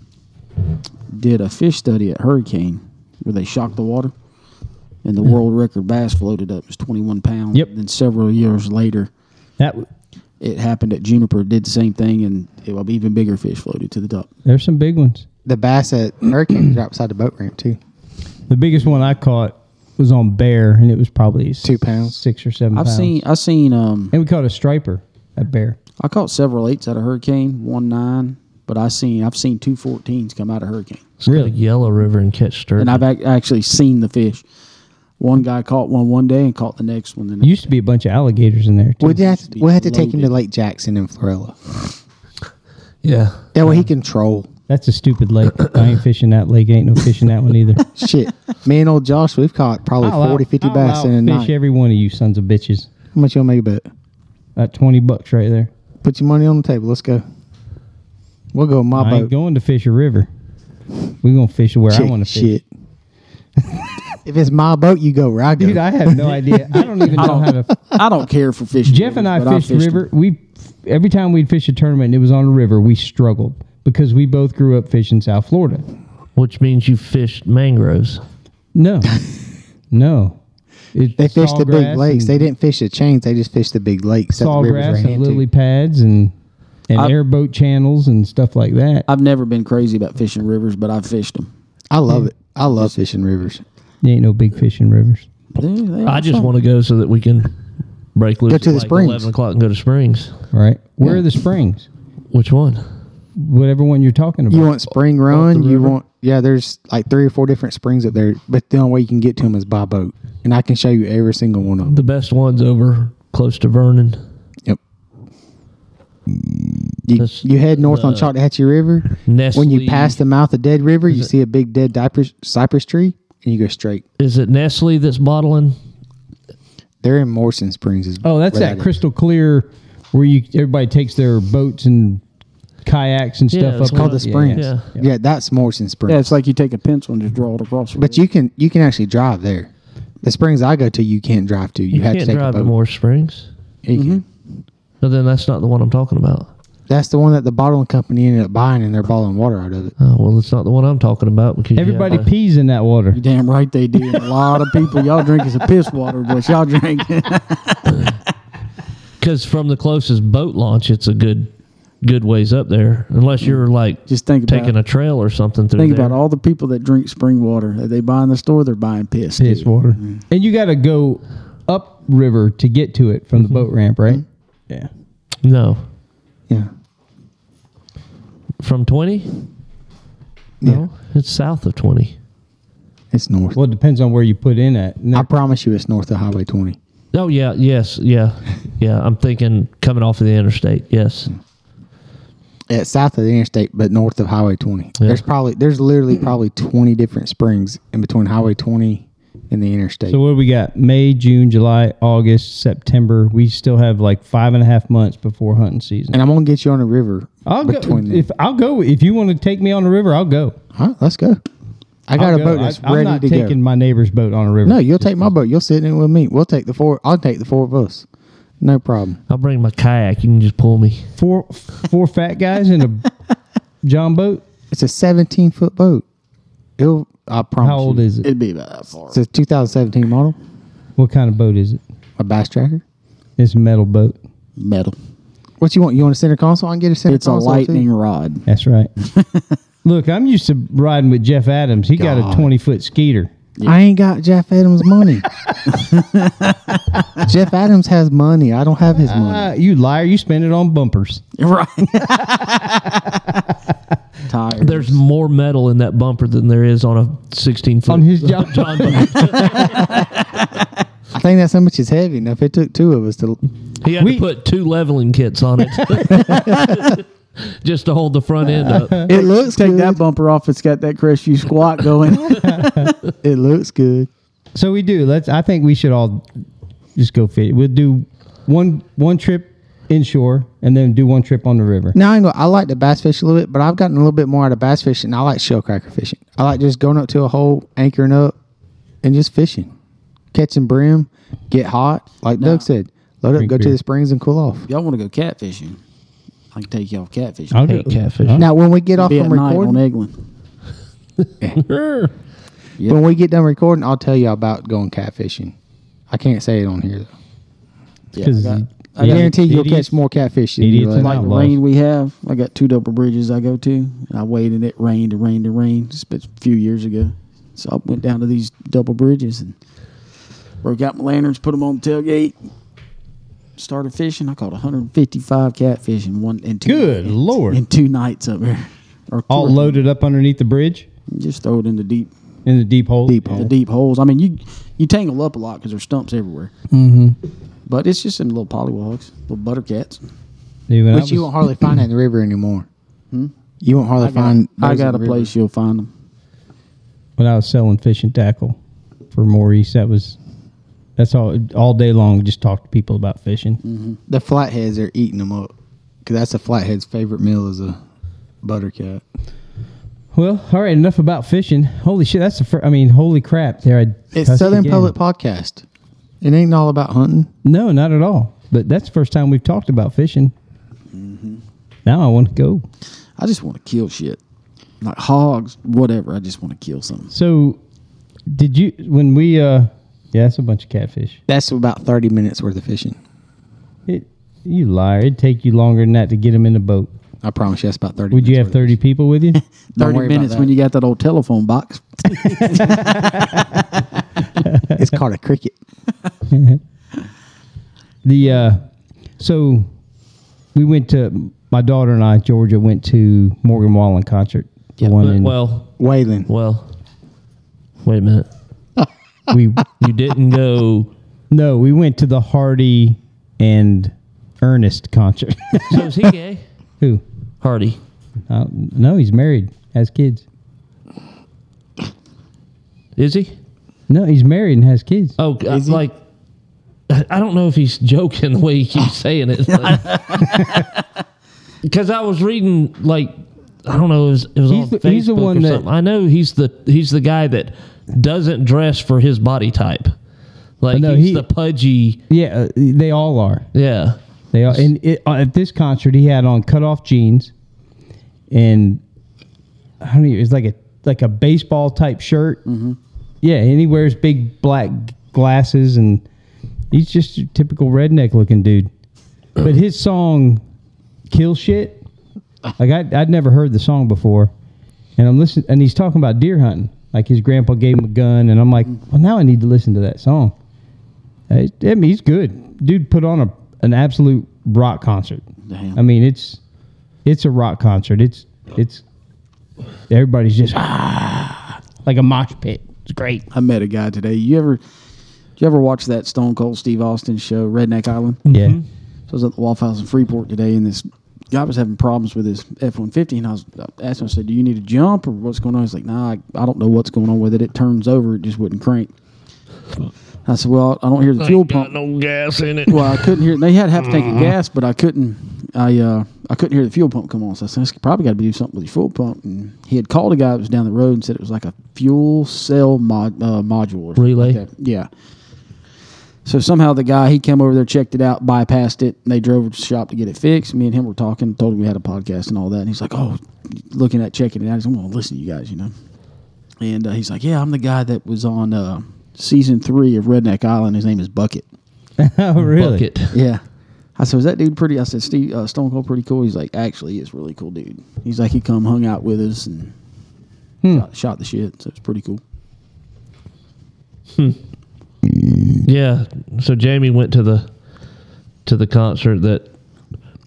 did a fish study at Hurricane where they shocked the water, and the world record bass floated up. It was 21 pounds.
Hmm. Yep.
Then several years later,
That w-
it happened at Juniper. Did the same thing, and it, well, even bigger fish floated to the top.
there's some big ones.
The bass at Hurricane was right beside the boat ramp too.
The biggest one I caught was on bear and it was probably
Two pounds.
six or 7
I've
pounds.
seen. I've seen. Um,
and we caught a striper at bear.
I caught several eights out of Hurricane. One nine. But I seen I've seen two 14s come out of Hurricane,
Let's go to Yellow River and catch sturgeon.
and I've ac- actually seen the fish. One guy caught one one day and caught the next one. The next.
Used to be a bunch of alligators in there too.
We'd have to,
be
we'll have to take him to
loaded.
Lake Jackson and Florella.
yeah.
That way he can troll.
That's a stupid lake. I ain't fishing that lake. Ain't no fishing that one either.
Shit. Me and old Josh, we've caught probably
Oh,
I'll out-
40, 50
I'll
bass in a
outfish
night.
Oh, every one of you sons of bitches.
How much you want to make a bet?
That twenty bucks right there.
Put your money on the table. Let's go. We'll go my
I ain't
boat.
going to fish a river. We gonna fish where I
Chick
want to fish.
shit. if it's my boat, you go where I go.
Dude, I have no idea. I don't even know how to.
I don't care for fishing.
Jeff and I
but
fished
fished
river. We every time we'd fish a tournament, and it was on a river. We struggled because we both grew up fishing South Florida.
Which means you fished mangroves.
No, no. It,
they fished the big
sawgrass
lakes.
and-
They didn't fish the chains. They just fished the big lakes that the rivers
sawgrass
ran
and lily
into.
pads and and
I've-
airboat channels and stuff like that.
I've never been crazy about fishing rivers, but I've fished them.
I love it. I love fishing rivers.
There ain't no big fish in rivers.
I just want to go so that we can break loose
Go to
at
the
like
springs.
11 o'clock and go to Springs.
Right? Where are the springs?
Which one?
Whatever one you're talking about.
You want spring run? You want yeah? There's like three or four different springs up there, but the only way you can get to them is by boat, and I can show you every single one of them.
The best one's over close to Vernon.
Yep. You,
That's
you head north on Chattahoochee River.
Nestle.
When you pass the mouth of Dead River, you see a big dead cypress, cypress tree, and you go straight.
Is it Nestle that's bottling?
They're in Morrison Springs. Is
Oh, that's
where
that
is.
crystal clear where you everybody takes their boats and kayaks and
Yeah,
stuff
it's
up.
called
on-
the
yeah,
springs.
yeah.
Yeah,
Yeah.
that's Morrison Springs.
Yeah, it's like you take a pencil and just draw it across. the
but
river.
you can you can actually drive there. The springs I go to, you can't drive to. You,
You,
have
can't
to take
drive
a
to
boat.
Moore Springs.
You
Mm-hmm.
can.
No, then that's not the one I'm talking about.
That's the one that the bottling company ended up buying, and they're bottling water out of it.
Oh, well, it's not the one I'm talking about because you have
Everybody
to-
pees in that water.
you damn right they do. And a lot of people y'all drink is a piss water, but y'all drink.
Because from the closest boat launch, it's a good good ways up there. Unless you're like
just think about
taking a trail or something through
think
there.
about all the people that drink spring water. That they buy in the store, they're buying piss.
Piss
dude.
water.
Mm-hmm.
And you got to go up river to get to it from
Mm-hmm.
the boat ramp, right? Mm-hmm. Yeah.
no,
Yeah.
from twenty. No, it's south of twenty.
It's north.
Well, it depends on where you put in at. And
I
that-
promise you, it's north of Highway 20.
Oh yeah, yes, yeah, yeah. I'm thinking coming off of the interstate. Yes,
It's south of the interstate, but north of Highway 20. There's probably there's literally probably 20 different springs in between Highway 20 and the interstate.
so what do we got? May, June, July, August, September. We still have like five and a half months before hunting season.
and I'm gonna get you on a river.
I'll go
between them.
if I'll go if you want to take me on the river. I'll go.
All right, let's go. I got
I'll
a
go.
boat that's
I, am
ready
not
to
taking
go.
my neighbor's boat on a river.
No, you'll take my boat. You'll sit in it with me. We'll take the four. I'll take the four of us. No problem.
I'll bring my kayak. You can just pull me.
four four fat guys in a John boat.
It's a 17 foot boat. It'll. I promise.
How old
you.
is it?
It'd be about that far.
It's a 2017 model.
What kind of boat is it?
A bass tracker.
It's a metal boat.
Metal.
What you want? You want a center console? I can get a center
It's a
console.
lightning
Too.
rod.
That's right. Look, I'm used to riding with Jeff Adams. He got a 20 foot skeeter.
I ain't got Jeff Adams money. Jeff Adams has money. I don't have his money.
Uh, you liar! You spend it on bumpers.
Right. Tired.
There's more metal in that bumper than there is on a 16 foot
On his John boat.
John boat.
I think that's how much it's heavy. Now, if it took two of us to,
He had
We-
to put two leveling kits on it just to hold the front end up.
it looks
Take
good.
that bumper off. It's got that Chris U squat going.
It looks good.
So we do. Let's. I think we should all just go fit. We'll do one one trip inshore and then do one trip on the river.
Now I know I like to bass fish a little bit, but I've gotten a little bit more out of bass fishing. I like shell cracker fishing. I like just going up to a hole, anchoring up, and just fishing, catching brim, get hot. Like Doug said, load up,
Drink
go to
beer.
the springs, and cool off.
Y'all want to go catfishing? I can take y'all catfishing.
I'll
hate
do-
catfish.
Huh?
Now when we get off
Be at
from
night on
recording,
Eglin.
Err.
when we get done recording, I'll tell you about going catfishing. I can't say it on here though.
Yeah,
'Cause
I got-
I
Yeah.
guarantee you'll
Idiots.
catch more catfish than
Idiots
you
and
like.
outlaws.
the rain we have. I got two double bridges I go to, and I waited. It rained and rained and rained. It's been a few years ago, so I went down to these double bridges and broke out my lanterns, put them on the tailgate, started fishing. I caught 155 catfish in one and two.
Good
in-
Lord.
In two nights up there, or
All
two-
loaded up underneath the bridge
Just throw it in the deep,
in the deep hole.
Deep
the
hole.
deep holes. I mean, you you tangle up a lot because there's stumps everywhere. Mm-hmm. But it's just them little pollywogs, little buttercats.
Even I
Which
was-
you won't hardly find in the river anymore. You won't hardly
Hmm? I got,
find.
I
those in
got a
the river.
place you'll find them.
when I was selling fish and tackle for Maurice, that was that's all all day long. Just talk to people about fishing.
The flatheads are eating them up because that's a flathead's favorite meal is a buttercat.
Well, all right, enough about fishing. Holy shit, that's the first. I mean, holy crap, there. I
It's
cussed
Southern
again.
Public Podcast. It ain't all about hunting.
No, not at all. But that's the first time we've talked about fishing.
Mm-hmm.
Now I want to go.
I just want to kill shit. Like hogs, whatever. I just want to kill something.
So, did you when we? uh Yeah, that's a bunch of catfish.
That's about thirty minutes worth of fishing.
It, you liar! It'd take you longer than that to get them in the boat.
I promise you, that's about thirty.
Would you
minutes
have thirty people with you?
30
worry about
minutes
that.
when you got that old telephone box.
worth of- It's called a cricket.
the uh, so we went to my daughter and I, Georgia, went to Morgan Wallen concert. The one
But-
in-
well,
Whaling.
well. Wait a minute.
we
You didn't go.
no, we went to the Hardy and Ernest concert.
So is he gay?
Who?
Hardy.
Uh, no, he's married, has kids.
Is he?
No, he's married and has kids.
Oh, I- like I I don't know if he's joking the way he keeps saying it. Because I was reading like I don't know, it was, it was
He's
on
the-
Facebook
he's the one
or
that-
something. I know he's the he's the guy that doesn't dress for his body type. Like
no,
he's
he-
the pudgy.
Yeah, uh, they all are.
Yeah,
They are. And it, uh, at this concert, he had on cutoff jeans, and I don't even. It's like a like a baseball type shirt. Yeah, and he wears big black glasses, and he's just a typical redneck looking dude. But his song, "Kill Shit," like I, I'd never heard the song before, and I'm listening, and he's talking about deer hunting. Like his grandpa gave him a gun, and I'm like, well, now I need to listen to that song. I, I mean, he's good. Dude put on a an absolute rock concert.
Damn.
I mean, it's it's a rock concert. It's it's everybody's just ah, like a mosh pit. It's great.
I met a guy today. You ever you ever watch that Stone Cold Steve Austin show, Redneck Island?
Hmm.
So
Yeah.
I was at the Waffle House in Freeport today and this guy was having problems with his F one fifty and I was I asked him, I said, Do you need a jump or what's going on? He's like, Nah, I, I don't know what's going on with it. It turns over, it just wouldn't crank. I said, Well, I don't hear the fuel pump.
no gas in it.
Well, I couldn't hear. They had half a tank of gas, but I couldn't. I uh, I couldn't hear the fuel pump come on. So I said, "That's probably got to do something with your fuel pump." And he had called a guy that was down the road and said it was like a fuel cell mod, uh, module or something
Relay?
Like that. Yeah. So somehow the guy he came over there, checked it out, bypassed it, and they drove to the shop to get it fixed. Me and him were talking, told him we had a podcast and all that, and he's like, "Oh, looking at checking it out." He's, "I'm going to listen to you guys," you know. And uh, he's like, "Yeah, I'm the guy that was on uh, season three of Redneck Island. His name is Bucket."
oh, really?
Bucket.
Yeah. I said, "Is that dude pretty?" I said, "Steve uh, Stone Cold pretty cool." He's like, "Actually, he's a really cool dude." He's like, he come hung out with us and shot, shot the shit. So it's pretty cool.
Yeah. So Jamie went to the to the concert that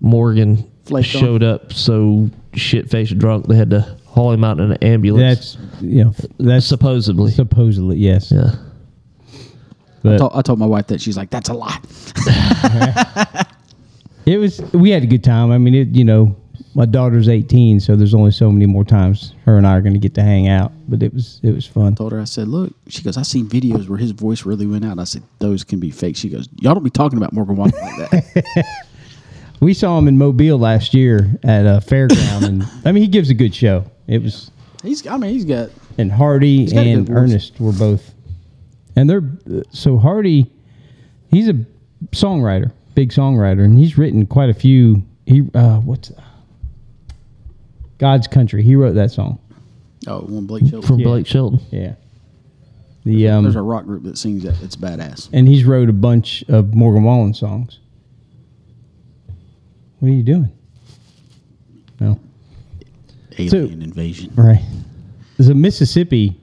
Morgan
Flaked on.
showed up so shit faced drunk they had to haul him out in an ambulance.
That's you know that's
supposedly.
supposedly yes.
yeah.
But
Told- I told my wife that she's like, "That's a lie."
it was we had a good time. I mean, it you know my daughter's 18, so there's only so many more times her and I are going to get to hang out. But it was it was fun.
Told her, I said, "Look," she goes, "I seen videos where his voice really went out." I said, "Those can be fake." She goes, "Y'all don't be talking about Morgan Wallen like that."
We saw him in Mobile last year at a fairground, and I mean, he gives a good show. It was
He's. I mean, he's got.
and Hardy
got a
and
good voice.
Ernest were both, and they're so Hardy. He's a songwriter, big songwriter, and he's written quite a few. He uh, what's God's Country? He wrote that song.
Oh, one Blake Shelton.
from Blake Shelton.
Yeah, the um,
There's a rock group that sings that. It's badass.
and he's wrote a bunch of Morgan Wallen songs. What are you doing? No.
Alien invasion.
Right. So Mississippi,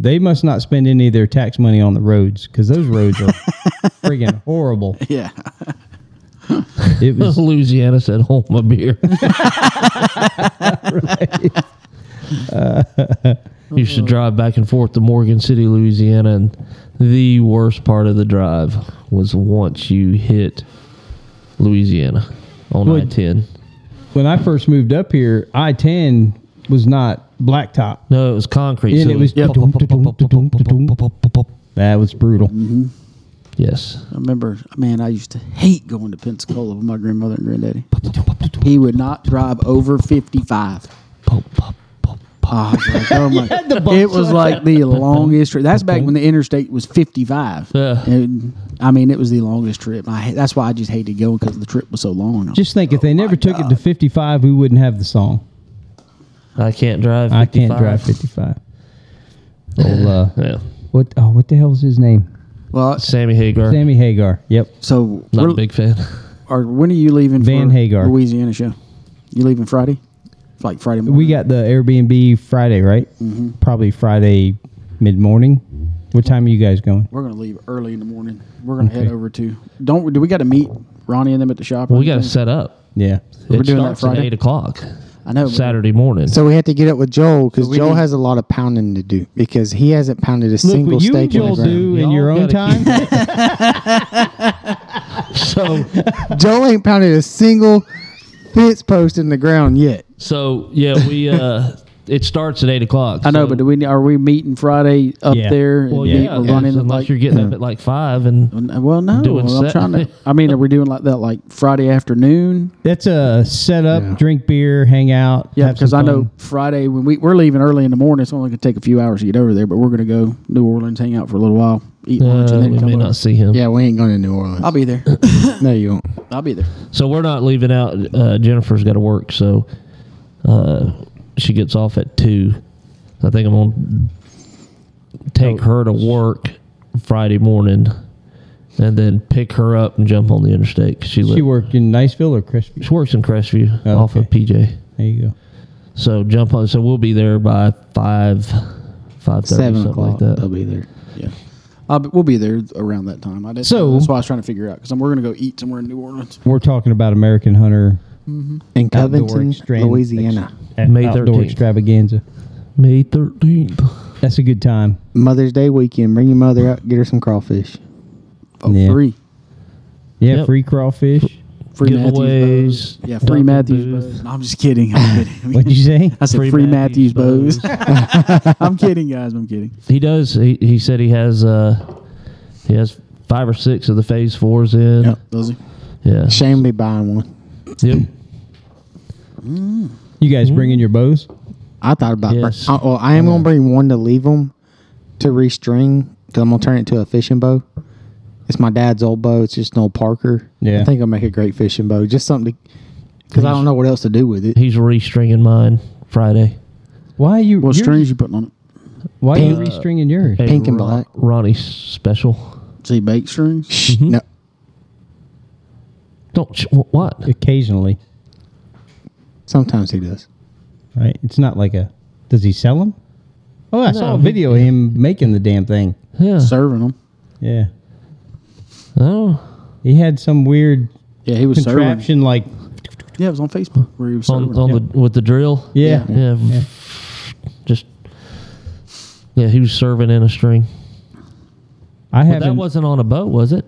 they must not spend any of their tax money on the roads because those roads are friggin' horrible.
Yeah.
It was
Louisiana said, "Hold my beer." you should drive back and forth to Morgan City, Louisiana, and the worst part of the drive was once you hit Louisiana on
Well,
I ten.
when I first moved up here. I ten was not blacktop.
No, it was concrete.
And
so
it was- That was brutal.
yes.
I remember, man, I used to hate going to Pensacola with my grandmother and granddaddy. He would not drive over 55. Oh, I was like, oh my. it was like the longest trip. That's back when the interstate was 55.
Yeah.
And, I mean, it was the longest trip. I, ha- that's why I just hated going because the trip was so long.
Just think, if they never took it to fifty-five, we wouldn't have the song.
I can't drive.
I can't
55.
drive fifty-five. Old, uh,
Yeah.
what? Oh, what the hell is his name?
well,
Sammy Hagar.
Sammy Hagar. Yep.
so
Not a
we're-
big fan.
or when are you leaving
Van
for
Hagar.
Louisiana show? You leaving Friday? It's Like Friday morning.
We got the Airbnb Friday, right? Probably Friday mid morning. What time are you guys going?
We're gonna leave early in the morning. We're gonna head over to. Don't we- do we got to meet Ronnie and them at the shop? or
We got to
anything?
set up.
Yeah.
It
doing that
starts at
Friday?
eight o'clock
I know. but-
Saturday morning.
So we had to get up with Joel because
we
Joel
need-
has a lot of pounding to do because he hasn't pounded a
Look
single
what you and
stake in
Joel
the
do
ground.
in
Y'all
your own
gotta
time.
keep- so
Joel ain't pounded a single fence post in the ground yet.
so yeah, we uh it starts at eight o'clock.
I know, but do we are we meeting Friday up
Yeah.
there? and
well,
meet-
yeah,
we're
yeah,
running
unless
like.
you're getting up at like five and
well, no,
doing
I'm
set-
trying to. I mean, are we doing like that, like Friday afternoon?
That's a set up, drink beer, hang out.
Yeah,
have some
because I know
fun.
Friday when we we're leaving early in the morning, it's only gonna take a few hours to get over there. But we're gonna go New Orleans, hang out for a little while, eat lunch,
uh,
and
we
then come
may
over.
not see him.
Yeah, we ain't going to New Orleans.
I'll be there.
no, you won't.
I'll be there.
So we're not leaving out. Uh, Jennifer's got to work, so uh, she gets off at two. I think I'm gonna
Oh,
take her to work Friday morning, and then pick her up and jump on the interstate. 'cause she,
She
lives.
worked in Niceville or Crispy.
she works in Crestview
Oh,
off of
okay.
PJ.
There you go.
So jump on. So we'll be there by five, five thirty,
Seven
something
o'clock.
like that.
I'll be there.
Yeah. I'll be, we'll be there around that time. I didn't,
So-
that's why I was trying to figure out because we're gonna go eat somewhere in New Orleans.
We're talking about American Hunter
In
Outdoor
Covington,
extreme-
Louisiana.
at
May
Outdoor
13th.
Extravaganza.
May thirteenth.
That's a good time.
Mother's Day weekend. Bring your mother out. Get her some crawfish.
Oh,
Yeah.
free,
Yeah,
Yep.
free crawfish.
free Matthews
Giveaways.
Bose. Yeah, free
Dunkin'
Matthews
booth.
Bose. No, I'm just kidding. I'm kidding.
What'd you say?
I said free, Matthews, Bose. I'm kidding, guys. I'm kidding.
He does. He, he said he has uh he has five or six of the phase fours in.
Those are,
Yeah.
Shame me buying one.
Yep.
You guys bringing your bows?
I thought about.
Yes.
I, well, I am gonna bring one to leave them to restring because I'm gonna turn it into a fishing bow. It's my dad's old bow. It's just an old Parker.
Yeah.
I think I'll make a great fishing bow. Just something to, because I don't know what else to do with it.
He's restringing mine Friday.
Why are you?
what
yours-
strings you putting on it?
Why are you restringing yours?
Hey,
Pink and black.
Ronnie special.
See, baked strings.
Shh, No,
Don't ch- wh- what?
Occasionally,
sometimes he does.
right? It's not like a. Does he sell them? Oh, I saw a video of him making the damn thing.
Yeah.
Serving them.
Yeah,
Oh,
he had some weird
Yeah, he was serving.
contraption like
Yeah, it was on Facebook where he was
on,
serving.
on the with the drill.
yeah.
Yeah. Just. Yeah, he was serving in a string.
I
But that
haven't.
wasn't on a boat, was it?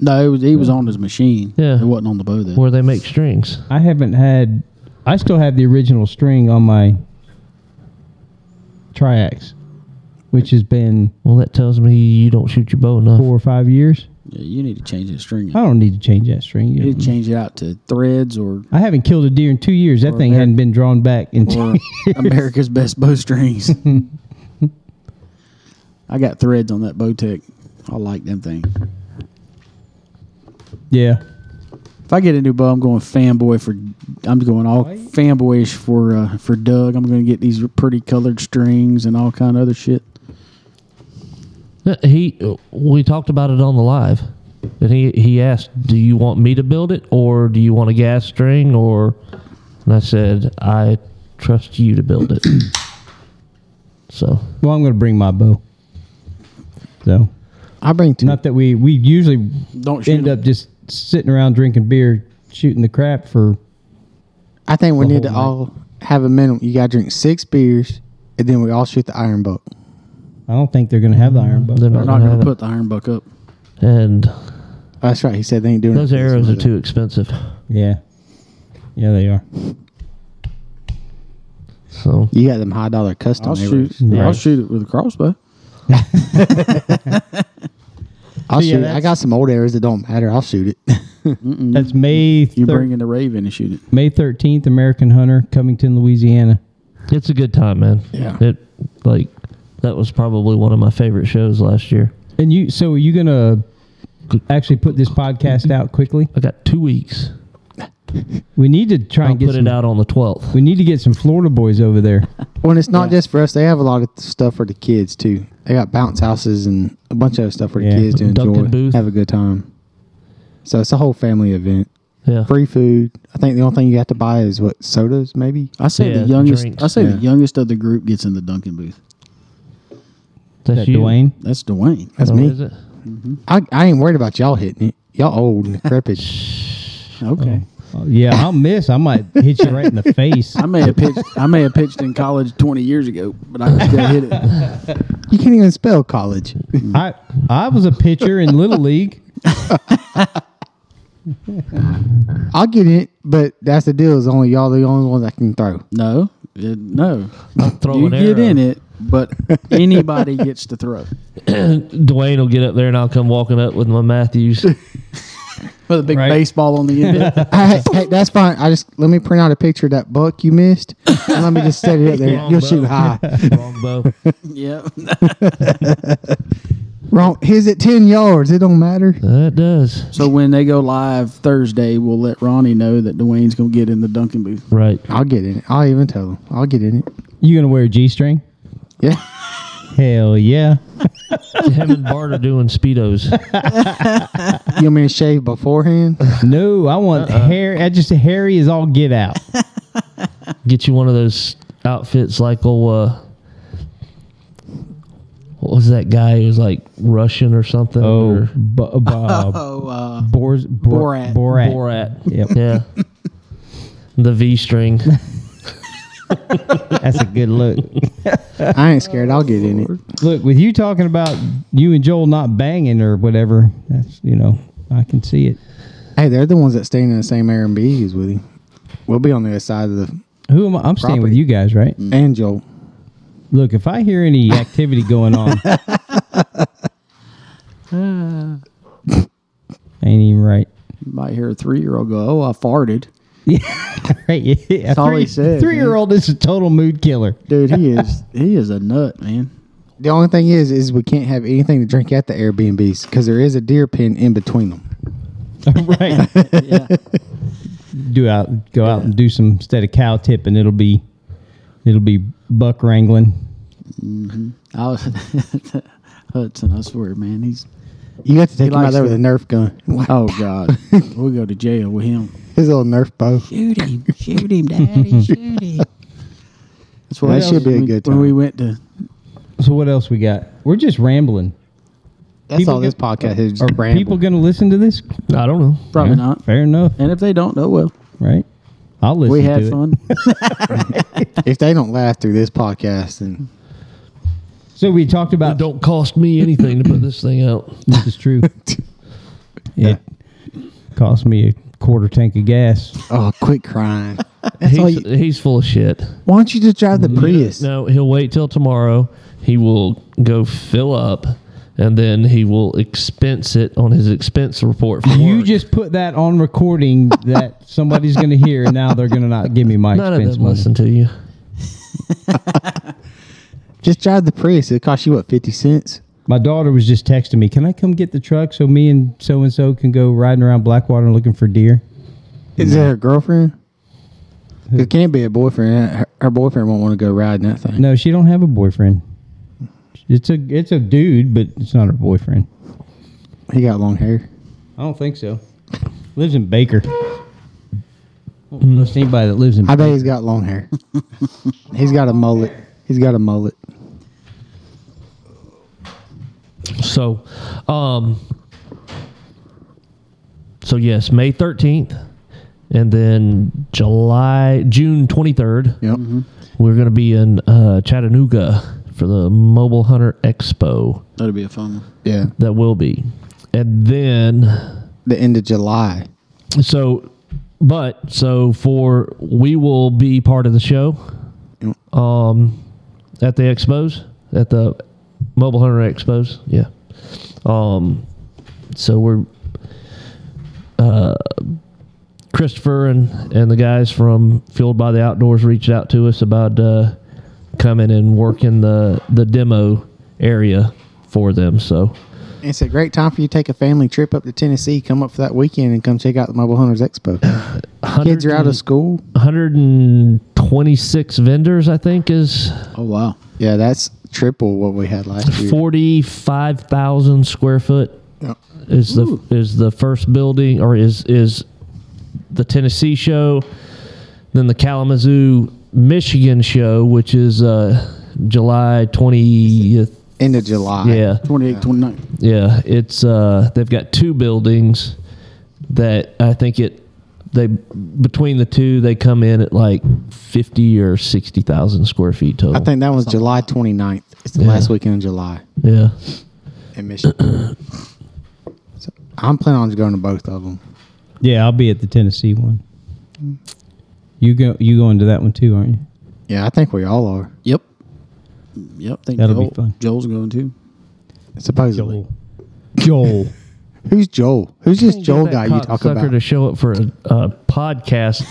no, it was, he was on his machine.
Yeah.
it wasn't on the bow then.
Where they make strings.
I haven't had. I still have the original string on my triax, which has been
Well, that tells me you don't shoot your bow enough.
four or five years.
Yeah, you need to change that string.
I don't need to change that string. You
You need
don't-
to change it out to threads or,
I haven't killed a deer in two years. That thing
Ameri-
hadn't been drawn back in two
or America's best bowstrings. I got threads on that Bowtech. I like them things.
Yeah.
If I get a new bow, I'm going fanboy for. I'm going all fanboyish for uh, for Doug. I'm going to get these pretty colored strings and all kind of other shit.
No, He we talked about it on the live, and he he asked, "Do you want me to build it, or do you want a gas string?" Or and I said, "I trust you to build it." so
Well, I'm going to bring my bow. So,
I bring two.
not that we we usually
Don't shoot
end
'em.
up just sitting around drinking beer, shooting the crap for.
I think we need to
whole
all have a minimum. You got to drink six beers, and then we all shoot the iron buck.
I don't think they're going to have the iron bow.
they're
We're
not,
not going
gonna
to
put.
put the iron buck up.
And
Oh, that's right. He said they ain't doing
those
it.
arrows are too expensive.
Yeah. Yeah, they are.
So
You got them high dollar custom.
I'll
arrows.
shoot. I'll shoot it with a crossbow.
I'll
So, yeah,
shoot. it. I
that's-
got some old arrows that don't matter. I'll shoot it.
That's May
You
thir-
bring in the raven and shoot it.
May 13th, American Hunter, Covington, Louisiana.
it's a good time, man.
Yeah.
It like that was probably one of my favorite shows last year.
And you, so are you going to actually put this podcast out quickly?
I got two weeks.
We need to try
I'll
and get
put
some,
it out on the twelfth.
We need to get some Florida boys over there.
When it's not just for us, they have a lot of stuff for the kids too. They got bounce houses and a bunch of other stuff for the
Yeah.
kids to
Dunkin'
enjoy,
booth.
have a good time. So it's a whole family event.
Yeah.
Free food. I think the only thing you have to buy is what sodas, maybe.
I say
Yeah,
the youngest.
drinks.
I say
Yeah.
the youngest of the group gets in the Duncan booth.
That's
That
you.
Dwayne.
That's Dwayne.
That's
Oh, is
me.
it?
I, I ain't worried about y'all hitting it. Y'all old and decrepit.
Okay.
Oh, yeah, I'll miss. I might hit you right in the face.
I may have pitched. I may have pitched in college twenty years ago, but I can still hit it.
you can't even spell college.
I I was a pitcher in little league.
I'll get it, but that's the deal. Is only y'all the only ones I can throw.
No, it, no.
Throw
you
an
get
arrow.
in it, but anybody gets to throw.
Dwayne will get up there and I'll come walking up with my Matthews.
With a big
Right.
baseball on the end. of it.
I, hey, that's fine. I just let me print out a picture of that buck you missed, and let me just set it up there.
Wrong
You'll
bow.
shoot high.
Wrong bow.
yeah.
Wrong. His at ten yards. It don't matter.
That does.
So when they go live Thursday, we'll let Ronnie know that Dwayne's gonna get in the Duncan booth.
Right.
I'll get in it. I'll even tell him. I'll get in it.
You gonna wear a G string?
Yeah.
Hell yeah.
Him and Bart are doing speedos.
You want me to shave beforehand?
No, I want
Uh-uh.
hair. I just hairy is all get out.
Get you one of those outfits like old. Uh, what was that guy who was like Russian or something?
Oh,
Or
b- b- uh,
Oh, uh,
Borz, Bor-
Borat.
Borat.
Borat.
Yep,
Yeah. the V string.
that's a good look.
I ain't scared. I'll get in it.
look, with you talking about you and Joel not banging or whatever, that's you know I can see it.
Hey, they're the ones that staying in the same Airbnb as Woody. We'll be on the other side of the
Who am I? I'm staying with
Property.
you guys, right?
and Joel.
Look, if I hear any activity going on, ain't even right.
you might hear a three-year-old go, "Oh, I farted."
Right? Yeah.
all
three,
he says,
year old is a total mood killer.
Dude, he is he is a nut, man.
The only thing is, is we can't have anything to drink at the Airbnbs because there is a deer pen in between them.
right.
Yeah.
Do out, go out and do some instead of cow tip, and it'll be, it'll be buck wrangling.
I was Hudson, I swear, man. He's
You have to take him out
likes
there with a Nerf gun.
oh god, we'll go to jail with him.
His little Nerf bow.
Shoot him, shoot him, daddy, shoot him. That's what
That
else
should be a
when-
good
When we
time.
went to
So what else we got? We're just rambling.
That's
People
all this podcast is.
Are
Just ramble.
people going to listen to this?
I don't know.
probably not,
Fair enough,
and if they don't, oh well.
right? I'll listen.
We
to
had
it.
fun.
if they don't laugh through this podcast, then
So we talked
It
about
don't cost me anything to put this thing out.
this is true. It cost me a quarter tank of gas.
oh, quit crying. That's all.
He's,
You,
he's full of shit.
why don't you just drive the Prius?
No, he'll wait till tomorrow. He will go fill up and then he will expense it on his expense report. For
You
work.
just put that on recording that somebody's going to hear, and now they're going to not give me my
none of
expense
them
money.
listen to you.
Just drive the Prius. It cost you what fifty cents.
My daughter was just texting me, "Can I come get the truck so me and so and so can go riding around Blackwater looking for deer?"
Is that her girlfriend? It can't be a boyfriend. Her, her boyfriend won't want to go riding that thing.
No, she don't have a boyfriend. It's a it's a dude, but it's not her boyfriend.
He got long hair.
I don't think so. Lives in Baker. I don't trust anybody that lives in.
I bet he's got long hair. he's got a mullet. He's got a mullet.
So, um, so yes, May thirteenth, and then July, June twenty third.
Yep.
Mm-hmm.
We're gonna be in uh, Chattanooga for the Mobile Hunter Expo.
That'll be a fun one.
Yeah.
That will be, and then
The end of July.
so, but so for we will be part of the show, um, at the expos at the Mobile Hunter Expos. Yeah. Um, so we're uh, Christopher and and the guys from Fueled by the Outdoors reached out to us about uh, coming and working the the demo area for them. So
It's a great time for you to take a family trip up to Tennessee. Come up for that weekend and come check out the Mobile Hunters Expo. Kids are out of school.
126 vendors, I think, is
Oh wow.
Yeah, that's triple what we had last year.
45,000 square foot.
Yep.
Is the is the first building or is is the Tennessee show, then the Kalamazoo, Michigan show, which is uh, July 20th.
End of July.
Yeah,
28, 29.
yeah. It's uh, they've got two buildings that I think it they between the two they come in at like 50 or 60,000 square feet total.
I think that was July 29th. It's the
Yeah.
last weekend in July
Yeah.
in Michigan. so I'm planning on going to both of them.
yeah, I'll be at the Tennessee one. You go you going to that one too, aren't you?
Yeah, I think we all are.
Yep. Yep. Think
That'll
Joel,
be fun.
Joel's going too.
Oh, Supposedly.
Joel.
Who's Joel? Who's this Joel
Get
guy
that
you talk
cocksucker
about?
to show up for a, a podcast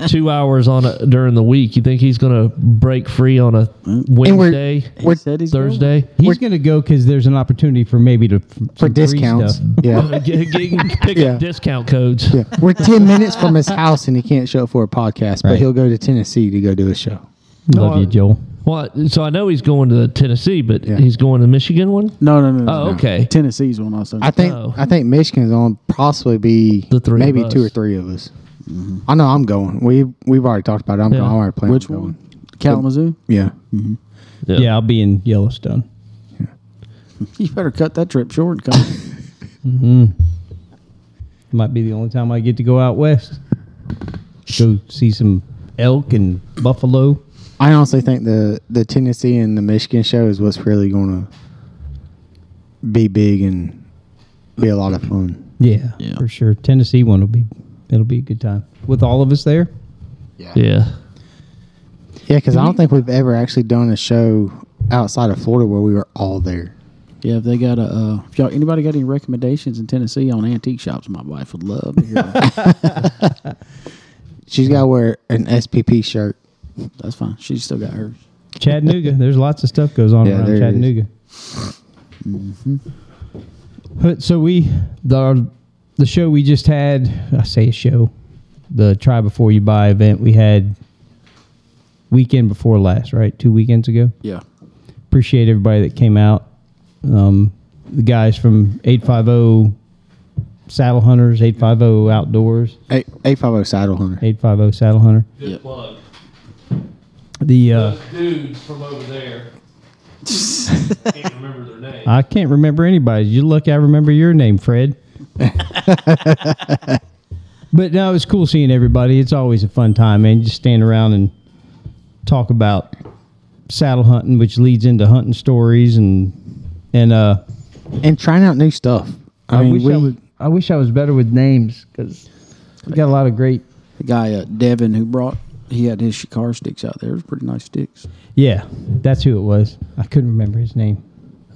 for two hours on a, during the week. You think he's going to break free on a Wednesday,
We're-
said he's going.
Thursday? He's
He's going to go because there's an opportunity for maybe to
For discounts. Yeah.
g- g- pick
Yeah.
up discount codes.
yeah. We're 10 minutes from his house and he can't show up for a podcast, but
Right.
he'll go to Tennessee to go do a show.
Love you, Joel.
Well, so I know he's going to Tennessee, but
Yeah.
he's going to Michigan one.
No, no, no. no,
Oh,
no.
okay.
Tennessee's one I was talking.
I think
Oh.
I think Michigan's on possibly be
The three of
maybe
us.
two or three of us. I know I'm going. We we've already talked about it. I'm
Yeah.
going. I already
Mm-hmm.
planned
Which
on
one?
going.
Kalamazoo.
Yeah.
Yeah, I'll be in Yellowstone.
You better cut that trip short and come.
Might be the only time I get to go out west. Go see some elk and buffalo.
I honestly think the the Tennessee and the Michigan show is what's really going to be big and be a lot of fun.
Yeah,
Yeah.
for sure. Tennessee one will be it'll be a good time with all of us there.
Yeah.
Yeah, because I don't think we've ever actually done a show outside of Florida where we were all there.
yeah, if they got a, uh, if y'all anybody got any recommendations in Tennessee on antique shops, my wife would love to hear. That.
She's got to wear an SPP shirt.
That's fine. She's still got hers.
Chattanooga. There's lots of stuff goes on
Yeah, there
around
it is. Mm-hmm.
Chattanooga. But so we the our, the show we just had. I say a show, the try before you buy event we had weekend before last, right? Two weekends ago.
Yeah.
Appreciate everybody that came out. Um, the guys from eight five zero Saddle Hunters, eight five zero Outdoors,
Eight eight five zero saddle hunter.
eight five zero Saddle Hunter.
Yeah.
plug.
The uh,
dudes from over there. Can't remember their name.
I can't remember anybody's. You look, I remember your name, Fred. but no, it's cool seeing everybody. It's always a fun time, man. Just stand around and talk about saddle hunting, which leads into hunting stories and and uh.
and trying out new stuff. I,
I,
mean,
wish
we,
I was. I wish I was better with names because we got a lot of great.
The guy uh, Devin who brought he had his shikar sticks out there. It was pretty nice sticks.
Yeah, that's who it was. I couldn't remember his name.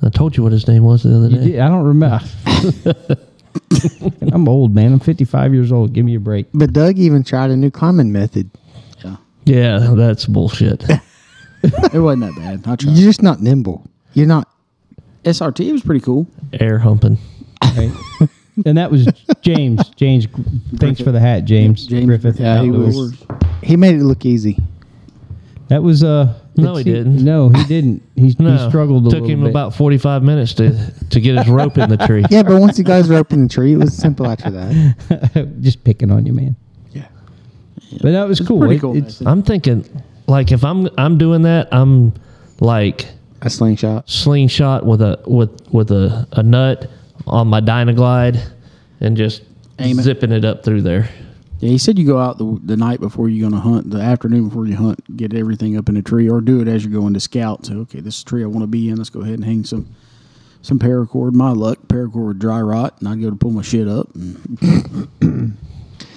I told you what his name was the other
You
day.
did, I don't remember. I'm old, man. I'm 55 years old. Give me a break.
But Doug even tried a new climbing method.
Yeah, that's bullshit.
It wasn't that bad. I tried.
You're just not nimble. You're not.
SRT was pretty cool.
Air humping.
Right? and that was James. James, thanks for the hat, James,
James-
Griffith.
Yeah, he
Outdoors.
was. He made it look easy.
That was uh.
No, he
let's see.
didn't.
No, he didn't. He, he struggled a
Took
little
him
bit.
about forty five minutes to to get his rope in the tree.
Yeah, but once you guys were up in the tree, it was simple after that.
just picking on you, man.
Yeah.
But that was cool.
pretty
It-
cool
it's-
I'm thinking, like if I'm I'm doing that, I'm like
A slingshot.
slingshot with a with with a, a nut on my Dynaglide and just
Aim it.
zipping it up through there.
Yeah, he said you go out the, the night before you're going to hunt, the afternoon before you hunt, get everything up in a tree, or do it as you're going to scout. So, okay, this tree I want to be in. Let's go ahead and hang some some paracord. My luck, paracord would dry rot, and I'd go to pull my shit up. And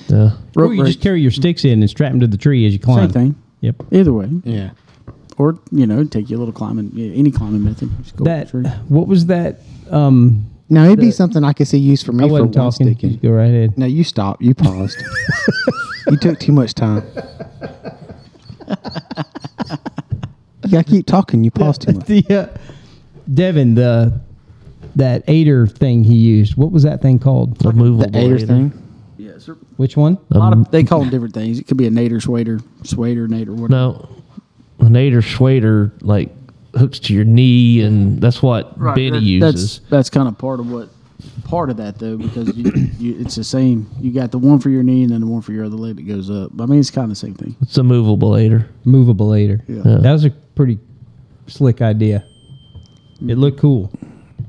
Yeah.
Or you just carry your sticks in and strap them to the tree as you climb.
Same thing.
Yep.
Either way,
Yeah.
or you know, take you a little climbing, yeah, any climbing method. Just go up
That.
the tree.
What was that? Um,
Now it'd be something I could see used for me
I
for
wasn't
one
talking.
sticking.
Just go right ahead.
No, you stopped. You paused. you took too much time. You gotta keep talking. You paused too much.
The uh, Devin the that aider thing he used. What was that thing called?
A movable
The aider thing.
Yeah, sir.
Which one?
Um,
A lot of they call them different things. It could be a nader, swader, swader, nader, whatever.
No. A nader schwader like hooks to your knee and that's what Benny uses.
That's that's kind of part of what part of that though because you, you, it's the same. You got the one for your knee and then the one for your other leg that goes up. I mean, it's kind of the same thing.
It's a movable aider.
Movable aider.
Yeah. Yeah.
That was a pretty slick idea. It looked cool.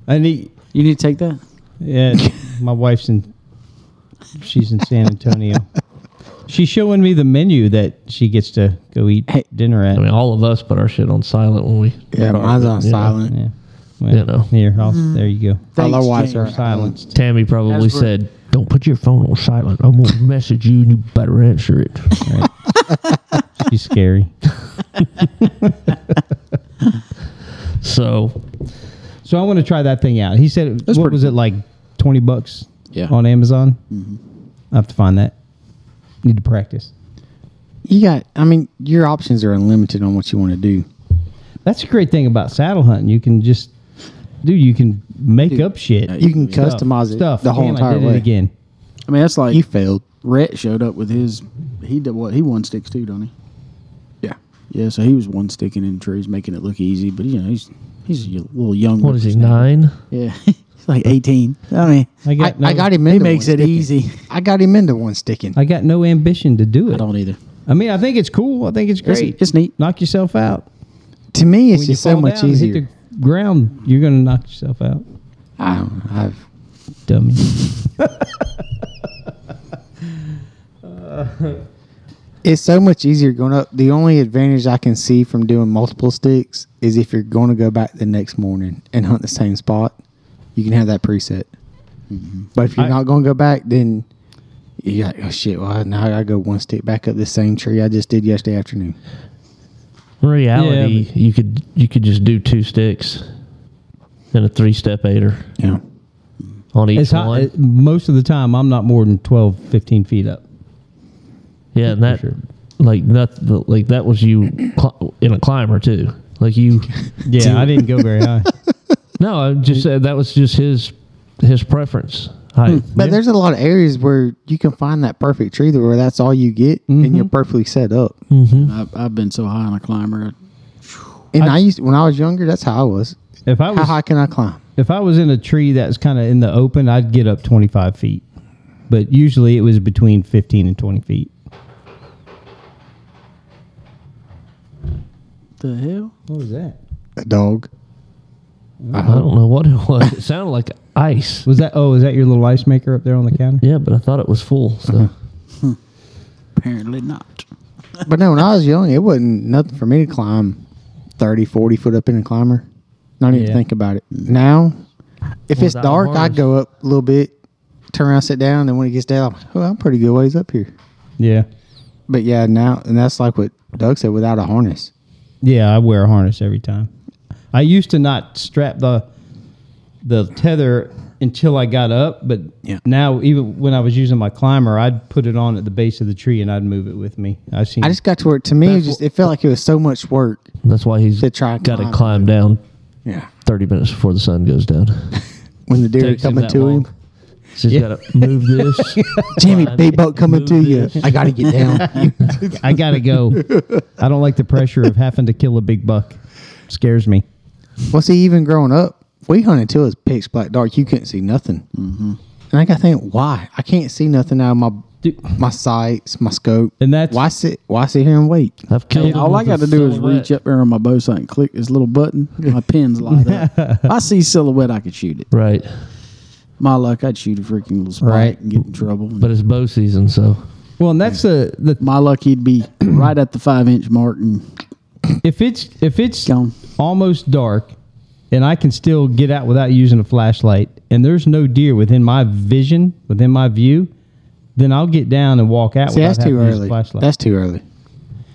I need.
You need to take that.
Yeah, my wife's in. She's in San Antonio. She's showing me the menu that she gets to go eat
Hey.
dinner at.
I mean all of us put our shit on silent when we
Yeah, mine's on silent.
Yeah. Well,
You know.
Here, I'll, there you go.
Thanks,
Otherwise,
James.
they're
Silenced.
Tammy probably
As for-
said, Don't put your phone on silent. I'm gonna message you and you better answer it.
She's scary.
So
So I want to try that thing out. He said,
That's
what
pretty
was it like? Twenty bucks.
Yeah.
On Amazon.
Mm-hmm.
I have to find that. Need to practice.
You got. I mean, your options are unlimited on what you want to do.
That's a great thing about saddle hunting. You can just, dude. You can make up shit.
You can customize it
stuff
the whole
Damn, I
entire
did
way.
It again.
I mean, that's like
You failed.
Rhett showed up with his. He did what he one sticks too, don't he?
Yeah.
Yeah, so he was one sticking in trees, making it look easy. But you know, he's he's a little young.
what is he, nine?
Yeah, he's like eighteen. I mean,
I
I,
got. no,
I got him.
he
Into
makes
one
it
sticking.
easy.
I got him into one sticking.
I got no ambition to do
I
it. I,
don't either.
mean, I think it's cool. I think it's
It's,
great.
it's neat.
knock yourself out.
to me, it's
When you
just so
fall
much
down and
easier.
Hit the ground. You're gonna knock yourself out,
I don't know. I've
dummy.
It's so much easier going up. The only advantage I can see from doing multiple sticks is if you're going to go back the next morning and hunt the same spot, you can have that preset. But if you're
I-
not going to go back, then you got oh shit. Well, now I gotta go one stick back up this same tree I just did yesterday afternoon.
In reality,
Yeah,
you could you could just do two sticks and a three step aider
Yeah,
on each
It's hot,
one.
it- most of the time, I'm not more than 12, 15 feet up.
yeah, and that
sure.
like that like that was you cl- in a climber too. Like you,
Yeah, I didn't go very high.
no, I just said that was just his his preference.
Hmm.
height.
but there's a lot of areas where you can find that perfect tree that- where that's all you get, and you're perfectly set up.
I've, I've been so high on a climber.
And I, used when I was younger, that's how I was.
If I
How
was
high can I climb?
if I was in a tree that's kind of in the open, I'd get up 25 feet. But usually it was between 15 and 20 feet.
The hell?
What was that?
A dog.
I don't know what it was. It sounded like ice.
Was that? Oh, is that your little ice maker up there on the counter?
Yeah, but I thought it was full.
Uh-huh.
So
Apparently not.
But no, when I was young, it wasn't nothing for me to climb 30, 40 foot up in a climber. Not even
Yeah.
think about it. Now, if it's
Without
dark, I
harness.
go up a little bit, turn around, sit down, and when it gets down, I'm, oh, I'm pretty good ways up here.
Yeah.
But yeah, now, and that's like what Doug said without a harness.
Yeah, I wear a harness every time. I used to not strap the the tether until I got up. But
Yeah.
now, even when I was using my climber, I'd put it on at the base of the tree and I'd move it with me. I've seen.
I just got to where to me, it just it felt like it was so much work.
That's why he's
To try and
got to
climb.
climb down
Yeah,
30 minutes before the sun goes down.
when the deer are
Takes him
coming
that
to
long.
him,
So he's got to move this.
Jimmy,
Climb
big
it,
buck coming
move
to you.
this.
I got to get down.
I gotta go. I don't like the pressure of having to kill a big buck. Scares me.
well, see, even growing up, we hunted till it's pitch black dark. You couldn't see nothing. Mm-hmm. And I got to think, why I can't see nothing out of my
Dude.
my sights, my scope.
And that's-
why sit why sit here and wait.
I've killed him
all I
with a
got to do is
silhouette.
reach up there on my bow sight and click this little button. My pins light up. I see silhouette, I could shoot it.
Right.
My luck, I'd shoot a freaking little spike
Right.
and get in trouble.
But it's bow season, so
Well, and that's the the
my luck, he'd be right at the five inch mark and
if it's if it's
Gone.
almost dark and I can still get out without using a flashlight and there's no deer within my vision, within my view, then I'll get down and walk out
See,
without
that's
having
too
to use a
early.
flashlight.
That's too early.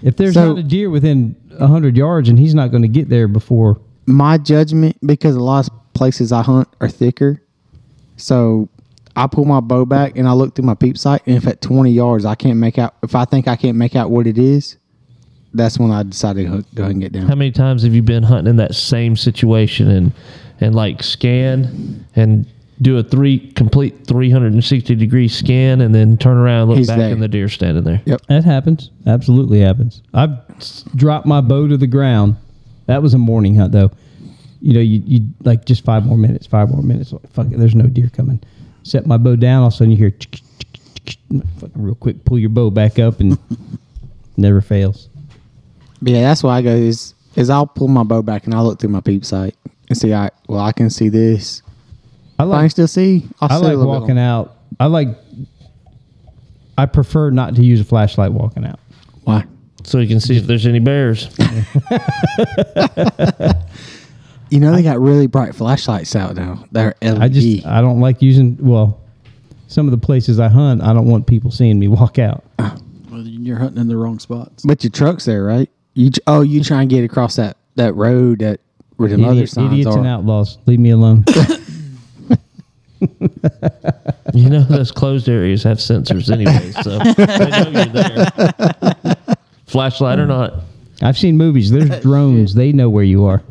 if there's
so-
not a deer within 100 yards and he's not going to get there before
my judgment because a lot of places I hunt are thicker. So I pull my bow back and I look through my peep sight, and if at twenty yards I can't make out, if I think I can't make out what it is, that's when I decide to hook, go ahead and get
how
down.
many times have you been hunting in that same situation and and like scan and do a three complete 360 degree scan and then turn around and look
He's
back
there.
and the deer standing there.
Yep.
That happens. Absolutely happens. I've s- dropped my bow to the ground. That was a morning hunt, though. You know, you, you like just five more minutes, five more minutes. Like, fuck it, there's no deer coming. Set my bow down. All of a sudden, you hear tsk, tsk, tsk, tsk, and like, fucking real quick. Pull your bow back up, and never fails.
But yeah, that's why I go is is I'll pull my bow back and I look through my peep sight and see. I well, I can see this.
I
If I can
like
still see. I'll
I
sit a
like
little bit
walking
longer.
out. I like. I prefer not to use a flashlight walking out.
Why?
So you can see if there's any bears.
You know they got really bright flashlights out now. They're E LED.
I just I don't like using well. Some of the places I hunt, I don't want people seeing me walk out.
well, you're hunting in the wrong spots.
But your truck's there, right? You tr- oh, you try and get across that that road that where the other
Idiot-
signs
idiots
are.
and outlaws. Leave me alone.
You know those closed areas have sensors anyway, so they know you're there. Flashlight or not.
I've seen movies. There's drones. They know where you are.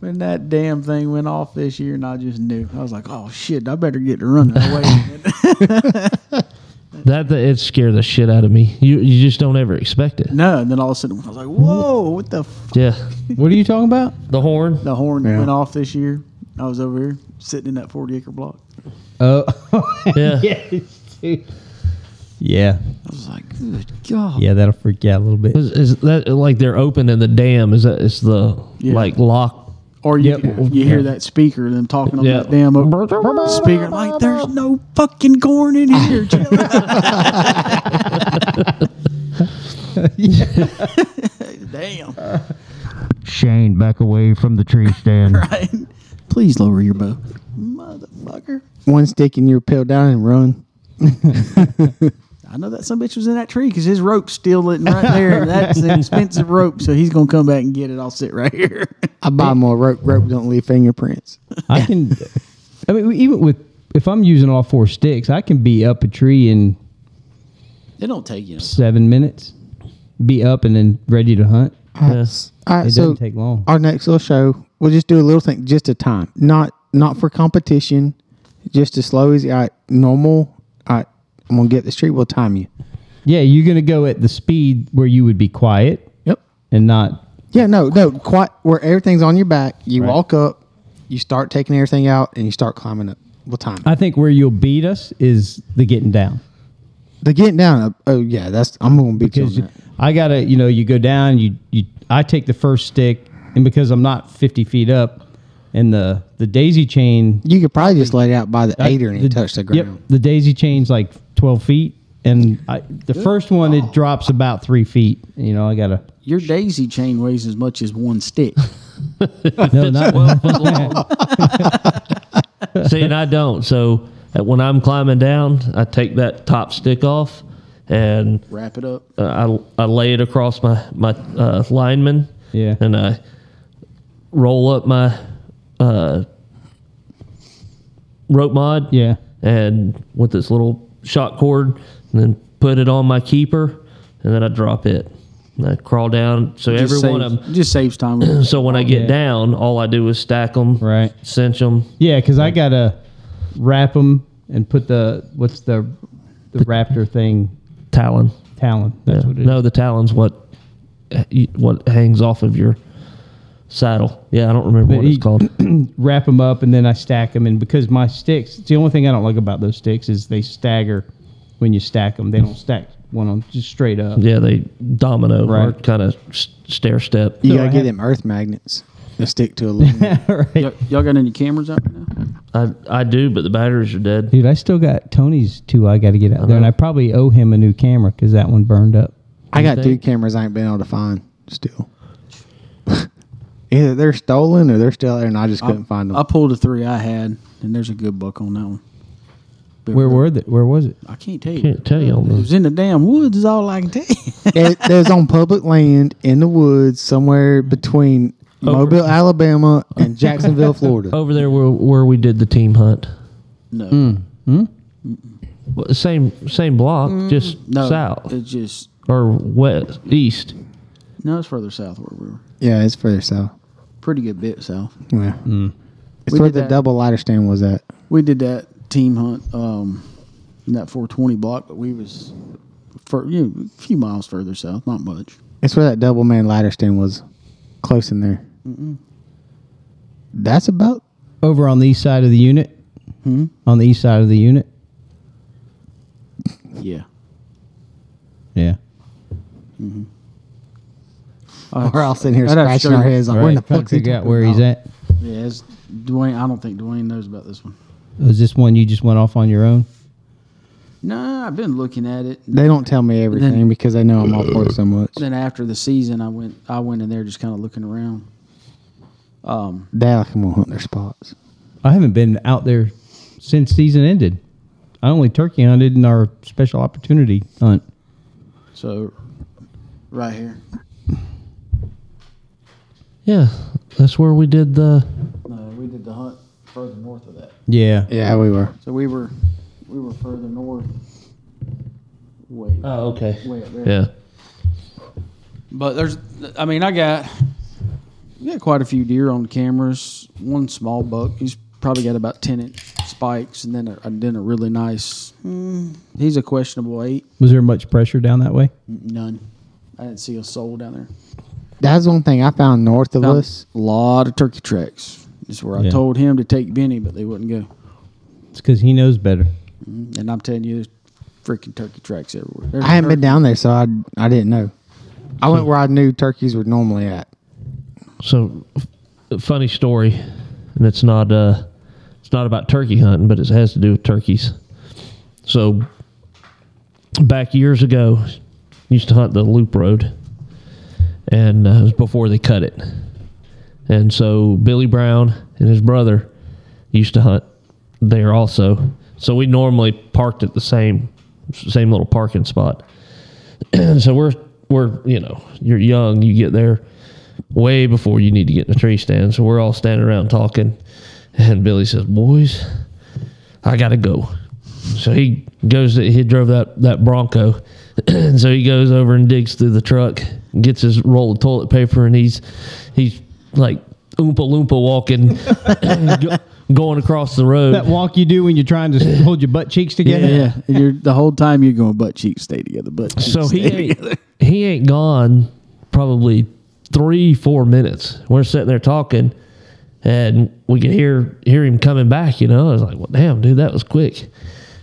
When that damn thing went off this year, and I just knew, I was like, "Oh shit, I better get to running away."
That, that it scared the shit out of me. You you just don't ever expect it.
no, and then all of a sudden, I was like, "Whoa, what the f-?
Yeah.
What are you talking about?
The horn.
the horn
Yeah.
went off this year?" I was over here sitting in that forty acre block.
Oh,
Yeah.
yeah,
I was like, "Good God!"
yeah. That'll freak you out a little bit.
Is, is that like they're open in the dam? Is that it's the
Yeah.
like lock?
Or you
Yep.
could- you hear that speaker them talking on
Yeah.
that damn o- speaker. I'm like, "There's no fucking corn in here." chill out." damn.
Shane, back away from the tree stand.
Right. Please lower your bow, motherfucker.
One stick and you're peeled down and run.
I know that some bitch was in that tree because his rope's still sitting right there. and That's an expensive rope, so he's gonna come back and get it. I'll sit right here.
I buy more rope. Rope don't leave fingerprints.
I can. I mean, even with if I'm using all four sticks, I can be up a tree in
It don't take you.
seven minutes. Be up and then ready to hunt.
Yes.
All right,
It
so
doesn't take long.
our next little show, we'll just do a little thing, just a time, not not for competition, just as slow as all right, normal. All right, I'm gonna get this tree. We'll time you.
Yeah, you're gonna go at the speed where you would be quiet
Yep.
and not.
Yeah, no, no, quite where everything's on your back. You walk up, you start taking everything out, and you start climbing up. We'll time. it.
I think where you'll beat us is the getting down.
The getting down. uh, Oh yeah, that's I'm gonna beat you on
because
that.
I gotta, you know, you go down, you you, I take the first stick, and because I'm not 50 feet up, and the the daisy chain,
You could probably just lay it out by the aider and
the,
it touch the ground.
the daisy chain's like 12 feet, and I, the first one it drops about three feet. You know, I gotta
Your daisy chain weighs as much as one stick.
no, not
See, and I don't. So uh, when I'm climbing down, I take that top stick off, and
Wrap it up.
uh, I I lay it across my my uh, lineman.
Yeah.
And I roll up my uh, rope mod
Yeah.
and with this little shot cord and then put it on my keeper and then I drop it. And I crawl down. So
Just
every one
saves-
of them.
just saves time. With it.
So when I get
Yeah.
down, all I do is stack them,
Right.
cinch them.
Yeah, because I gotta wrap them and put the what's the the raptor thing
Talon.
talon. That's
Yeah.
what it is.
No, the talon's what eh, what hangs off of your saddle. Yeah, I don't remember what
he-
it's called.
Wrap them up and then I stack them. And because my sticks, the only thing I don't like about those sticks is they stagger when you stack them. They don't stack one on just straight up.
Yeah, they domino or
Right.
kind of stair step.
You
So
gotta
I have-
get them earth magnets to stick to aluminum.
right.
Y'all, y'all got any cameras out right now?
I I do, but the batteries are dead.
Dude, I still got Tony's two. I got to get out there, and
know.
I probably owe him a new camera because that one burned up.
I got two
think?
cameras I ain't been able to find still. Either they're stolen or they're still there, and I just couldn't find them.
I pulled the three I had, and there's a good buck on that one. But
Where were the, Where was it?
I can't tell you.
Can't tell you on
It
those.
was in the damn woods. Is all I can tell you.
it, there's on public land in the woods somewhere between Mobile, Alabama, and Jacksonville, Florida.
Over there where, where we did the team hunt.
No,
Well, Same same block, just
no.
south
It's just
or west east.
no. It's further south where we were.
Yeah, it's further south.
Pretty good bit south.
Yeah, it's
Mm. We
where
did
the
that.
double lighter stand was at.
We did that team hunt um, in that 420 block, but we was for you know, a few miles further south, not much.
It's where that double man lighter stand was, close in there. That's about.
Over on the east side of the unit. On the east side of the unit.
Yeah.
Yeah.
We're all sitting here
Uh, I'd have to
scratching
show
our
you.
heads like,
All right.
where in the
Trying
fuck's
to
he
figure out
talking
where he's
about?
at.
Yeah, it's Dwayne. I don't think Dwayne knows about this one.
Was this one you just went off on your own?
No, I've been looking at it.
They don't tell me everything because they know I'm off work so much.
Then after the season, I went. I went in there just kind of looking around.
They like I'm gonna hunt their spots.
I haven't been out there since season ended. I only turkey hunted in our special opportunity hunt.
So, right here.
Yeah, that's where we did the.
No, we did the hunt further north of that.
Yeah.
Yeah, we were.
So we were we were further north. Way
Oh, okay.
way up there.
Yeah.
But there's I mean I got I got quite a few deer on cameras. One small buck. He's probably got about ten inch spikes, and then a, and then a really nice. mm, he's a questionable eight.
Was there much pressure down that way?
None. I didn't see a soul down there.
That's one thing I found north of
Found
us.
a lot of turkey tracks. Is where I
Yeah.
told him to take Benny, but they wouldn't go.
It's because he knows better.
And I'm telling you, there's freaking turkey tracks everywhere. There's
I hadn't been
turkey-
down there, so I I didn't know. I went where I knew turkeys were normally at.
So, f- funny story, and it's not uh, it's not about turkey hunting, but it has to do with turkeys. So, back years ago, used to hunt the loop road, and uh, it was before they cut it. And so Billy Brown and his brother used to hunt there also. So we normally parked at the same same little parking spot. so we're we're you know you're young, you get there way before you need to get in the tree stand. So we're all standing around talking, and Billy says, "Boys, I gotta go." So he goes. He drove that that Bronco, and so he goes over and digs through the truck, and gets his roll of toilet paper, and he's he's like oompa loompa walking, go- going across the road.
That walk you do when you're trying to hold your butt cheeks together.
Yeah, yeah. You're, the whole time you're going butt cheeks stay together, butt cheeks.
So he
stay
ain't, he ain't gone probably three, four minutes. We're sitting there talking and we could hear hear him coming back, you know. I was like, Well damn, dude, that was quick.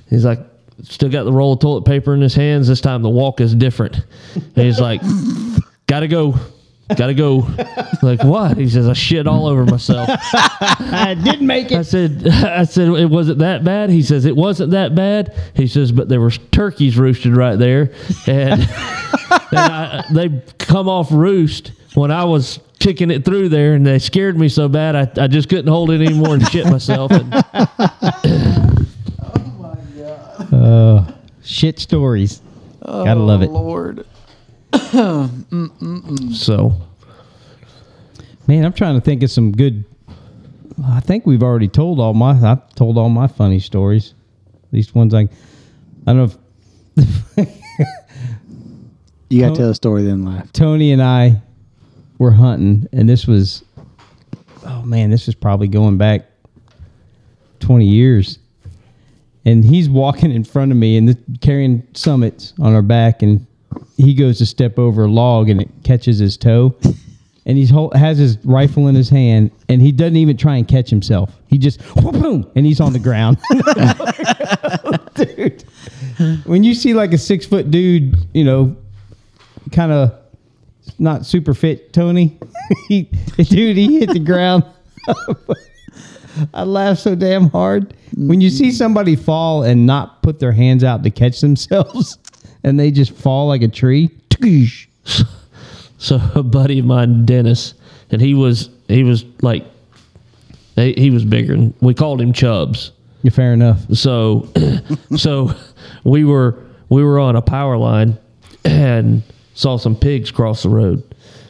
He's like still got the roll of toilet paper in his hands. This time the walk is different. And he's like, Gotta go. Gotta go. like, what? He says, I shit all over myself.
I did make
I said, I said, it wasn't that bad. He says, it wasn't that bad. He says, but there was turkeys roosted right there, and, and I, they come off roost when I was kicking it through there, and they scared me so bad I, I just couldn't hold it anymore and shit myself. And
Shit stories. Gotta love it.
Lord.
so
Man, I'm trying to think of some good I think we've already told all my I've told all my funny stories. At least ones I I don't know if
You got to tell a story then laugh.
Tony and I were hunting, and this was, oh man, this is probably going back 20 years. And he's walking in front of me and th- carrying summits on our back, and he goes to step over a log and it catches his toe. And he's hol- has his rifle in his hand, and he doesn't even try and catch himself. He just whoop, boom, and he's on the ground. dude, when you see like a six foot dude, you know, kind of not super fit Tony. he, dude, he hit the ground. I laugh so damn hard when you see somebody fall and not put their hands out to catch themselves, and they just fall like a tree.
so a buddy of mine, Dennis, and he was he was like he, he was bigger. And we called him Chubs.
Yeah, fair enough.
So so we were we were on a power line and saw some pigs cross the road.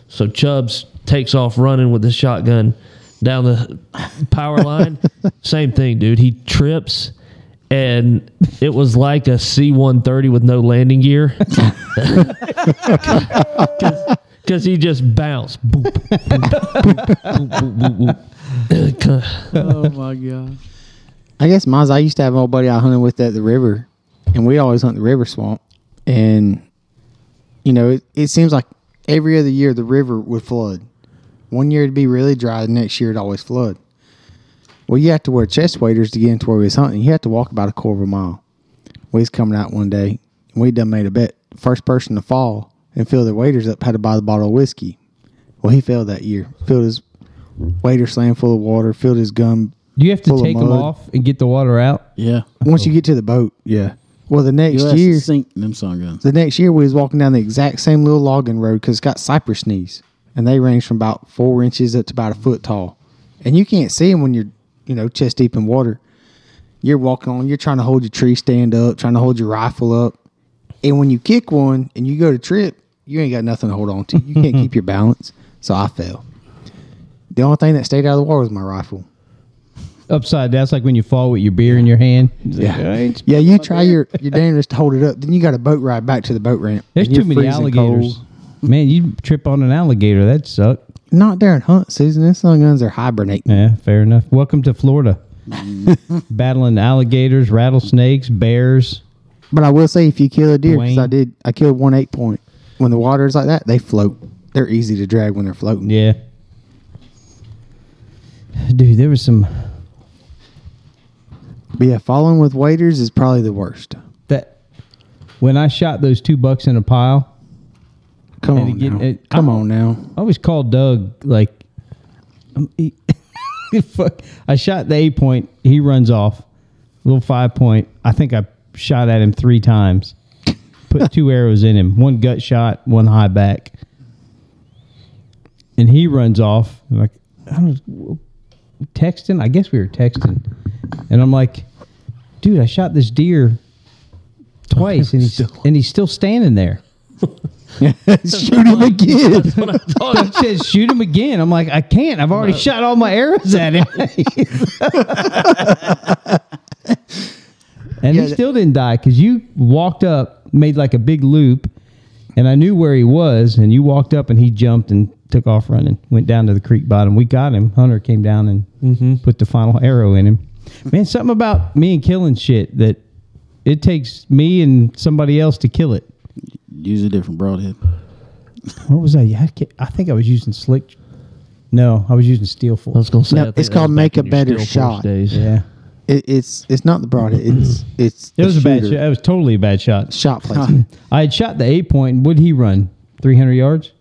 So Chubbs takes off running with his shotgun down the power line. Same thing, dude. He trips and it was like a C one thirty with no landing gear. Because he just bounced. Boop, boop, boop, boop, boop, boop, boop.
Oh my god.
I guess mine's I used to have an old buddy I hunted with at the river, and we always hunt the river swamp. And you know, it, it seems like every other year the river would flood. One year it'd be really dry, the next year it'd always flood. Well, you have to wear chest waders to get into where we was hunting. You have to walk about a quarter of a mile. We was coming out one day, and we done made a bet. First person to fall and fill their waders up had to buy the bottle of whiskey. Well, he failed that year. Filled his wader slam full of water. Filled his gun
Do you have to
Full of
take them
mud.
off and get the water out?
Yeah.
once you get to the boat, yeah. Well, the next
You
year,
year sink them sun guns.
the next year we was walking down the exact same little logging road because it's got cypress knees, and they range from about four inches up to about a foot tall, and you can't see them when you're, you know, chest deep in water. You're walking on, you're trying to hold your tree stand up, trying to hold your rifle up, and when you kick one and you go to trip, you ain't got nothing to hold on to. You can't keep your balance, so I fell. The only thing that stayed out of the water was my rifle.
Upside down. That's like when you fall with your beer in your hand. It's like,
Yeah.
"I ain't
Yeah, you try your your damnedest to hold it up. Then you got a boat ride back to the boat ramp.
There's
and you're
too many
freezing
alligators.
cold.
Man, you trip on an alligator. That'd suck.
Not during hunt season. Them sun guns are hibernating.
Yeah, fair enough. Welcome to Florida. Battling alligators, rattlesnakes, bears.
But I will say, if you kill a deer, because I
Dwayne.
did, I killed one eight point. When the water is like that, they float. They're easy to drag when they're floating.
Yeah. Dude, there was some
But yeah, following with waders is probably the worst.
that when I shot those two bucks in a pile,
Come
And
on
again,
now.
it-
Come
I-
on now.
I always call Doug like um, he- fuck, I shot the eight point, he runs off. Little five point. I think I shot at him three times. Put two arrows in him. One gut shot, one high back. And he runs off. I'm like I was texting. I guess we were texting. And I'm like, dude, I shot this deer twice and he's and he's still standing there.
Shoot him again.
He says, shoot him again. I'm like, I can't. I've already shot all my arrows at him. and he still didn't die because you walked up, made like a big loop, and I knew where he was. And you walked up and he jumped and took off running, went down to the creek bottom. We got him. Hunter came down and put the final arrow in him. Man, something about me and killing shit that it takes me and somebody else to kill it.
Use a different broadhead.
What was I? I, can't- I think I was using slick. No, I was using steel
I
force.
was gonna say
No,
I think
it's
that was
called
back
Make a
in your
Better
Steel Force
Shot.
Days.
Yeah,
It, it's it's not the broadhead. It's it's.
it
the
was a bad shot.
shooter.
It was totally a bad shot.
Shot placement.
I had shot the eight point. Would he run three hundred yards?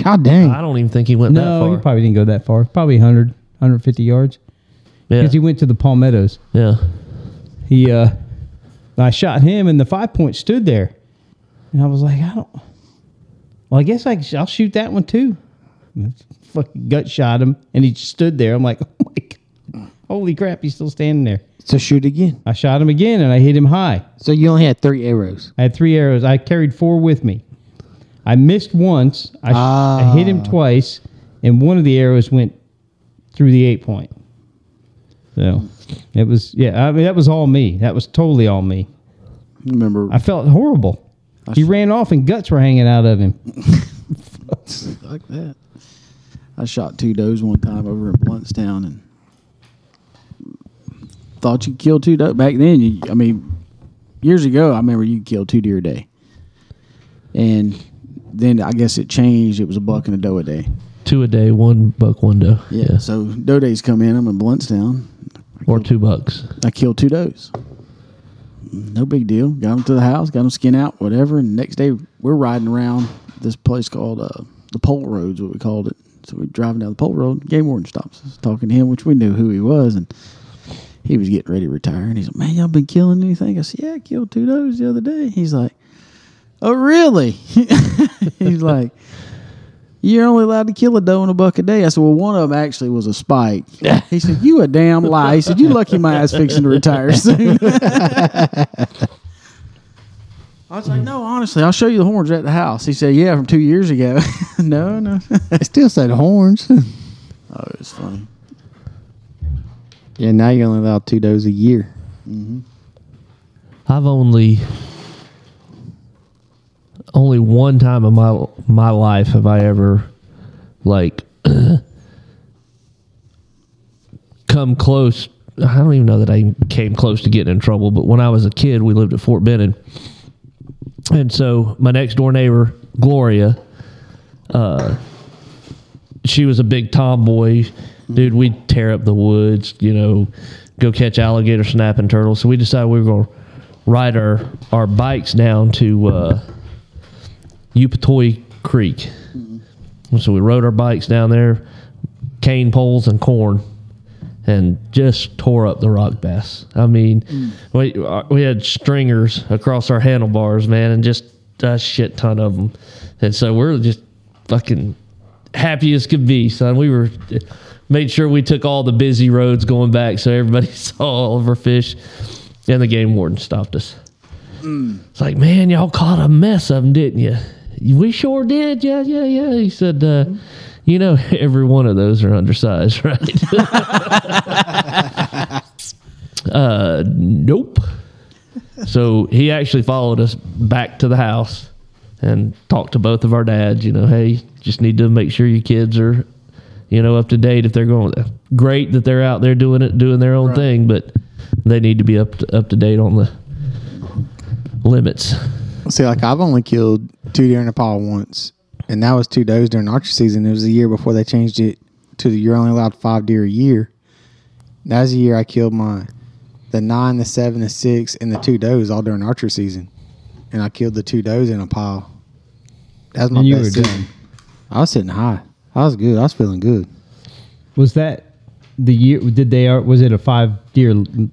God dang.
I don't even think he went that
No,
far.
he probably didn't go that far. Probably 100, 150 yards
yeah.
because he went to the palmettos.
yeah.
He, uh, I shot him, and the five point stood there, and I was like, I don't. Well, I guess I, I'll shoot that one too. Fucking gut shot him, and he stood there. I'm like, oh my god, holy crap, he's still standing there.
So shoot again.
I shot him again and I hit him high.
So you only had three arrows.
I had three arrows. I carried four with me. I missed once. I, sh- I hit him twice, and one of the arrows went through the eight point. So it was, yeah. I mean, that was all me. That was totally all me.
Remember,
I felt horrible. He ran off and guts were hanging out of him.
like that. I shot two does one time over in Bluntstown and thought you could kill two does. Back then, you, I mean, years ago, I remember you could kill two deer a day. And then I guess it changed. It was a buck and a doe a day.
Two a day, one buck, one doe.
Yeah.
Yeah.
So doe days come in. I'm in Bluntstown.
Or two bucks.
I killed two does. No big deal. Got them to the house, got them skin out, whatever. And next day, we're riding around this place called uh, the Pole Roads, what we called it. So we're driving down the Pole Road. Game warden stops us, talking to him, which we knew who he was. And he was getting ready to retire. And he's like, Man, y'all been killing anything? I said, Yeah, I killed two does the other day. He's like, Oh, really? he's like, you're only allowed to kill a doe and a buck a day. I said, well, one of them actually was a spike. He said, you a damn lie. He said, you lucky my ass fixing to retire soon. I was like, no, honestly, I'll show you the horns at the house. He said, yeah, from two years ago. no, no.
It still said horns.
oh, it was funny.
yeah, now you're only allowed two does a year.
I've only only one time in my my life have I ever like come close. I don't even know that I came close to getting in trouble, but when I was a kid, we lived at Fort Benning, and so my next door neighbor Gloria, uh, she was a big tomboy, dude. We'd tear up the woods, you know, go catch alligator, snapping turtles. So we decided we were going to ride our our bikes down to uh, Upatoy Creek. So we rode our bikes down there, cane poles and corn, and just tore up the rock bass. I mean, we uh, we had stringers across our handlebars, man, and just a shit ton of them. And so we're just fucking happy as could be, son. We were made sure we took all the busy roads going back, so everybody saw all of our fish. And the game warden stopped us. It's like, man, y'all caught a mess of them, didn't you? We sure did. Yeah, yeah, yeah. He said, uh, you know, every one of those are undersized, right? uh, nope. So he actually followed us back to the house and talked to both of our dads. You know, hey, just need to make sure your kids are, you know, up to date if they're going. Great that they're out there doing it, doing their own thing, but they need to be up to, up to date on the limits.
See, like I've only killed two deer in a pile once, and that was two does during archery season. It was a year before they changed it to the, you're only allowed five deer a year. That was the year I killed my the nine, the seven, the six, and the two does all during archery season, and I killed the two does in a pile. That was my
And you
best
were
sitting. I was sitting high. I was good. I was feeling good.
Was that the year? Did they? uh, Was it a five deer?
No, it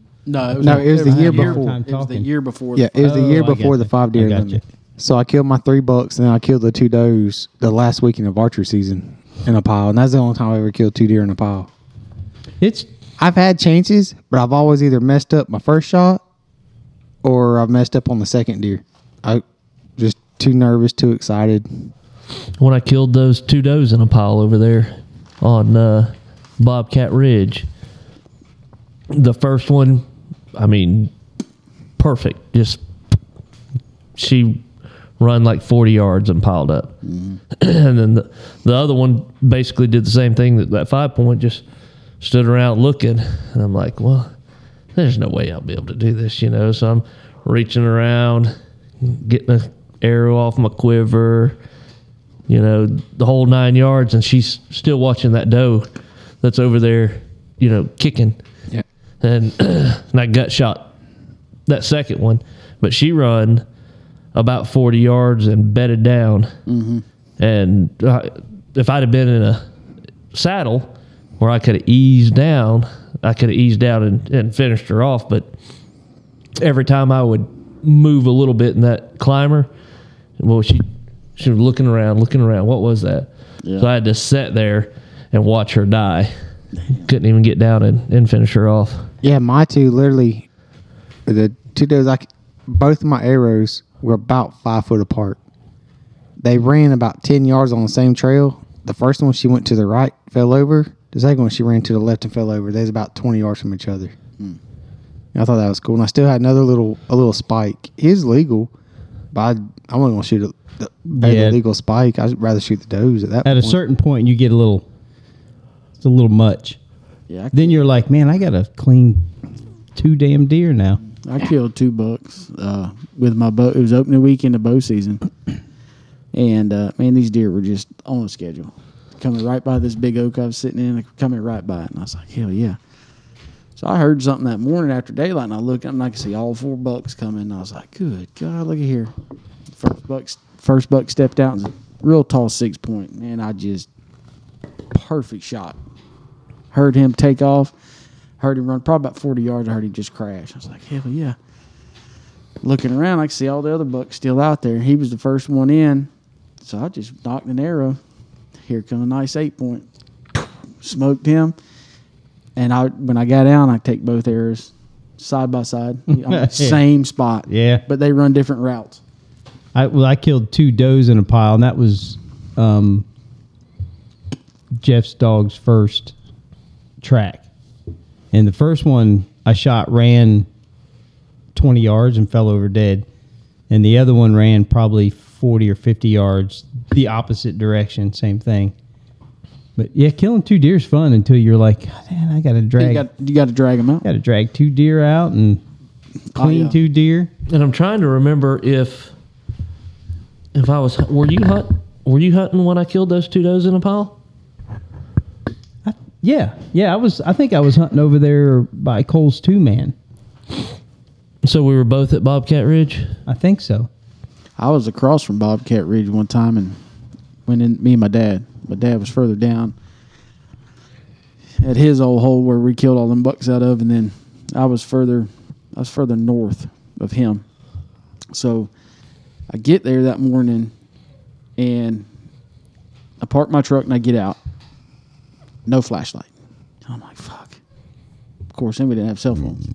No, it was the year before.
It was the
Talking.
year before.
Yeah, it was
Oh,
the year
I
before
gotcha.
the five deer
I gotcha.
limit. So I killed my three bucks, and then I killed the two does the last weekend of archery season in a pile, and that's the only time I ever killed two deer in a pile.
It's
I've had chances, but I've always either messed up my first shot or I've messed up on the second deer. I just too nervous, too excited.
when I killed those two does in a pile over there on uh, Bobcat Ridge. The first one, I mean, perfect. Just she run like 40 yards and piled up. and then the, the other one basically did the same thing that that five point just stood around looking. And I'm like, well, there's no way I'll be able to do this, you know. So I'm reaching around, getting a arrow off my quiver you know, the whole nine yards, and she's still watching that doe that's over there, you know, kicking.
Yeah.
And, and I gut shot that second one, but she run about 40 yards and bedded down. And I, if I'd have been in a saddle where I could have eased down, I could have eased down and, and finished her off. But every time I would move a little bit in that climber, well, she she was looking around, looking around. What was that? So I had to sit there and watch her die. Couldn't even get down and, and finish her off.
Yeah, my two literally, the two does I, c- both of my arrows were about five foot apart. They ran about 10 yards on the same trail. the first one she went to the right, fell over. The second one she ran to the left and fell over. They was about twenty yards from each other. And I thought that was cool. And I still had another little a little spike. It is legal, but I, I'm not gonna shoot a, the,
Yeah.
the legal spike. I'd rather shoot the does at that
At a
point.
certain point, you get a little, it's a little much.
Yeah, I,
Then you're like, man, I got to clean two damn deer now.
I killed two bucks uh, with my bow. It was opening weekend of bow season, and uh, man, these deer were just on a schedule, coming right by this big oak I was sitting in, coming right by it, and I was like, hell yeah. So I heard something that morning after daylight, and I looked, and I could see all four bucks coming, and I was like, good God, look at here. First buck, first buck stepped out, and was a real tall six point, and I just perfect shot. Heard him take off. Heard him run probably about 40 yards. I heard him just crash. I was like, hell yeah. Looking around, I could see all the other bucks still out there. He was the first one in. So I just knocked an arrow. Here come a nice eight point. Smoked him. And I when I got down, I take both arrows side by side. on the Same spot.
Yeah.
But they run different routes.
I well, I killed two does in a pile, and that was um, Jeff's dog's first track. And the first one I shot ran twenty yards and fell over dead, and the other one ran probably forty or fifty yards the opposite direction, same thing. But yeah, killing two deer is fun until you're like, "God, man, I got to
You
drag,
got
got
you got to drag them out.
to drag two deer out and clean
Oh, yeah.
two deer.
And I'm trying to remember if if I was were you hunt were you hunting when I killed those two does in a pile?
Yeah, yeah, I was. I think I was hunting over there by Cole's two man.
So we were both at Bobcat Ridge.
I think so.
I was across from Bobcat Ridge one time and went in me and my dad. My dad was further down at his old hole where we killed all them bucks out of and then I was further I was further north of him. So I get there that morning and I park my truck and I get out. No flashlight. I'm like, fuck. Of course, then we didn't have cell phones.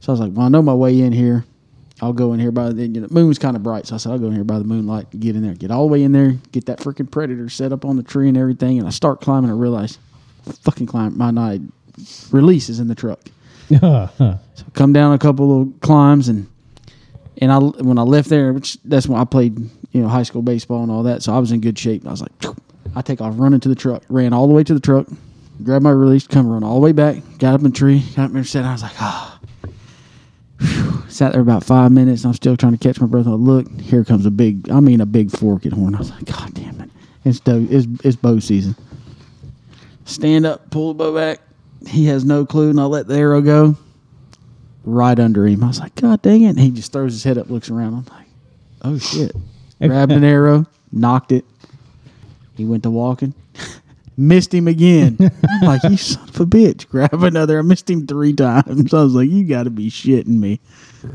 So I was like, well, I know my way in here. I'll go in here by the, you know, moon's kind of bright. So I said, I'll go in here by the moonlight, and get in there, get all the way in there, get that freaking predator set up on the tree and everything. And I start climbing. I realize, fucking climb, my night release is in the truck. so come down a couple little climbs and and I when I left there, which that's when I played, you know, high school baseball and all that. So I was in good shape. I was like, "Phew." I take off running to the truck, ran all the way to the truck, grabbed my release, come run all the way back, got up in the tree, got up there, sat. down. I was like, ah. Sat there about five minutes. And I'm still trying to catch my breath. I look, here comes a big, I mean, a big fork at horn. I was like, God damn it. It's, do- it's, it's bow season. Stand up, pull the bow back. He has no clue, and I let the arrow go right under him. I was like, God dang it. And he just throws his head up, looks around. I'm like, oh shit. Grabbed an arrow, knocked it. He went to walking. missed him again. I'm like, you son of a bitch. Grab another. I missed him three times. I was like, you got to be shitting me.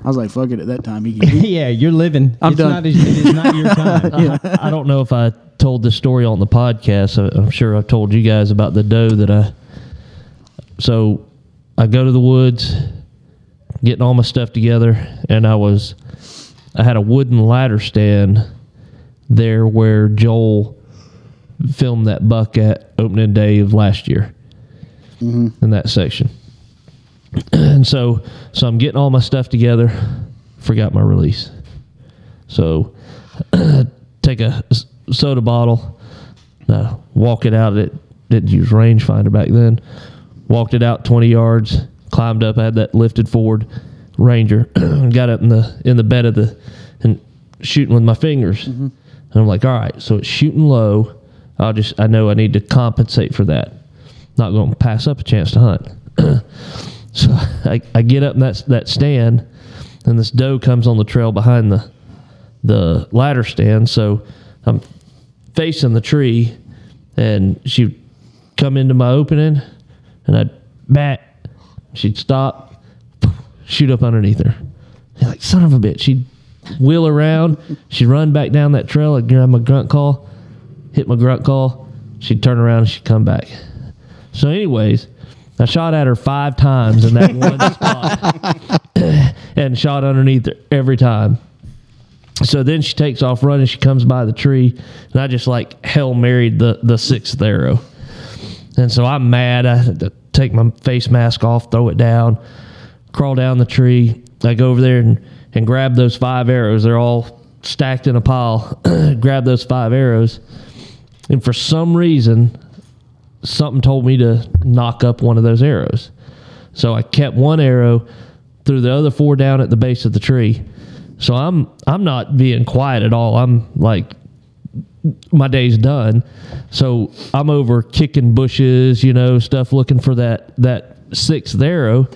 I was like, fuck it at that time. He can
yeah, you're living.
I'm
it's
done.
Not, as- it is not your time.
I don't know if I told this story on the podcast. I- I'm sure I told you guys about the doe that I. So I go to the woods, getting all my stuff together, and I was, I had a wooden ladder stand there where Joel filmed that buck at opening day of last year in that section. And so, so I'm getting all my stuff together. Forgot my release. So take a s- soda bottle, uh, walk it out. It didn't use rangefinder back then. Walked it out twenty yards, climbed up. I had that lifted forward ranger. got up in the in the bed of the and shooting with my fingers. And I'm like, all right, so it's shooting low. I'll just I know I need to compensate for that. Not going to pass up a chance to hunt. so I, I get up in that that stand, and this doe comes on the trail behind the the ladder stand. So I'm facing the tree, and she'd come into my opening, and I'd bat. She'd stop, shoot up underneath her. You're like, son of a bitch. She'd wheel around. She'd run back down that trail. I'd grab my grunt call, hit my grunt call. She'd turn around and she'd come back. So, anyways, I shot at her five times in that one spot and shot underneath her every time So then she takes off running. She comes by the tree, and I just like hell married the the sixth arrow. And so I'm mad. I had to take my face mask off, throw it down, crawl down the tree. I go over there and, and grab those five arrows. They're all stacked in a pile. grab those five arrows. And for some reason, something told me to knock up one of those arrows. So I kept one arrow, threw the other four down at the base of the tree. So I'm I'm not being quiet at all. I'm like my day's done. So I'm over kicking bushes, you know, stuff looking for that that sixth arrow.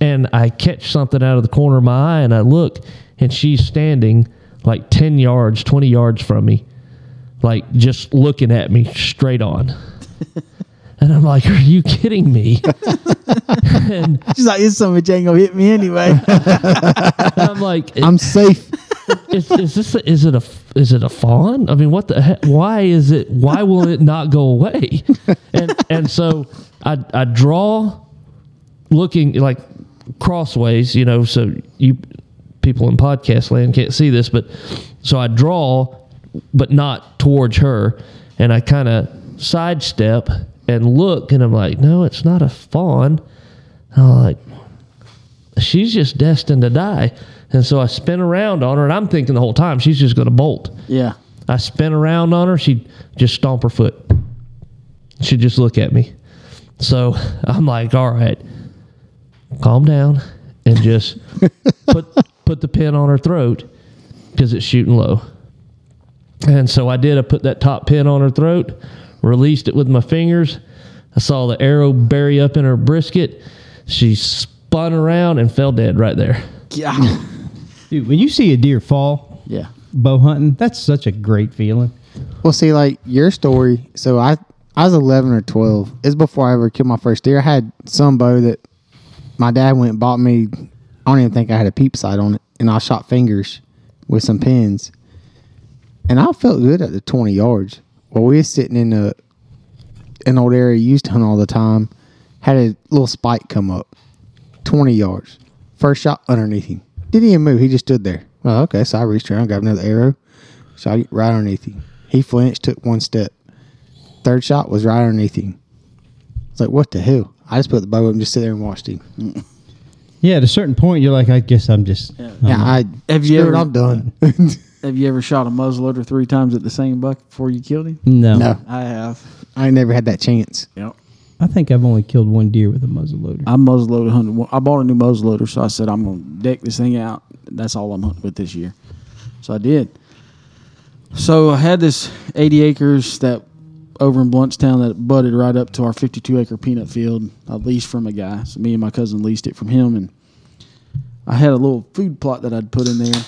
And I catch something out of the corner of my eye and I look and she's standing like 10 yards, 20 yards from me, like just looking at me straight on. And I'm like, are you kidding me? and
She's like, this son of a bitch ain't gonna hit me anyway.
I'm like,
I'm safe.
is, is this a, is it a is it a fawn? I mean, what the heck? Why is it? Why will it not go away? And and so I I draw, looking like crossways, you know. So you people in podcast land can't see this, but so I draw, but not towards her, and I kind of sidestep and look, and I'm like, no, it's not a fawn. And I'm like, she's just destined to die. And so I spin around on her, and I'm thinking the whole time she's just going to bolt.
yeah.
I spin around on her, she'd just stomp her foot. She'd just look at me. So I'm like, all right, calm down and just put put the pin on her throat because it's shooting low. And so I did. I put that top pin on her throat, released it with my fingers. I saw the arrow bury up in her brisket. She spun around and fell dead right there.
Yeah.
Dude, when you see a deer fall
Yeah.
bow hunting, that's such a great feeling.
Well, see, like your story. So I, I was eleven or twelve. It's before I ever killed my first deer. I had some bow that my dad went and bought me. I don't even think I had a peep sight on it, and I shot fingers with some pins, and I felt good at the twenty yards. Well, we were sitting in a, an old area you used to hunt all the time. Had a little spike come up, twenty yards. First shot underneath him. Didn't even move. He just stood there. Well, okay. So I reached around, grabbed another arrow. Shot it right underneath him. He flinched, took one step. Third shot was right underneath him. It's like, what the hell? I just put the bow up and just sit there and watched him.
Yeah, at a certain point, you're like, I guess I'm just.
Yeah, I
Uh-huh. Have you
screw
ever-
it, I'm done.
Have you ever shot a muzzleloader three times at the same buck before you killed him?
No.
no,
I have.
I ain't never had that chance.
Yep.
I think I've only killed one deer with a muzzle loader.
I muzzleloader hunted. one- I bought a new muzzleloader, so I said I'm gonna deck this thing out. That's all I'm hunting with this year. So I did. So I had this 80 acres that over in Bluntstown that butted right up to our 52 acre peanut field. I leased from a guy. So me and my cousin leased it from him, and I had a little food plot that I'd put in there,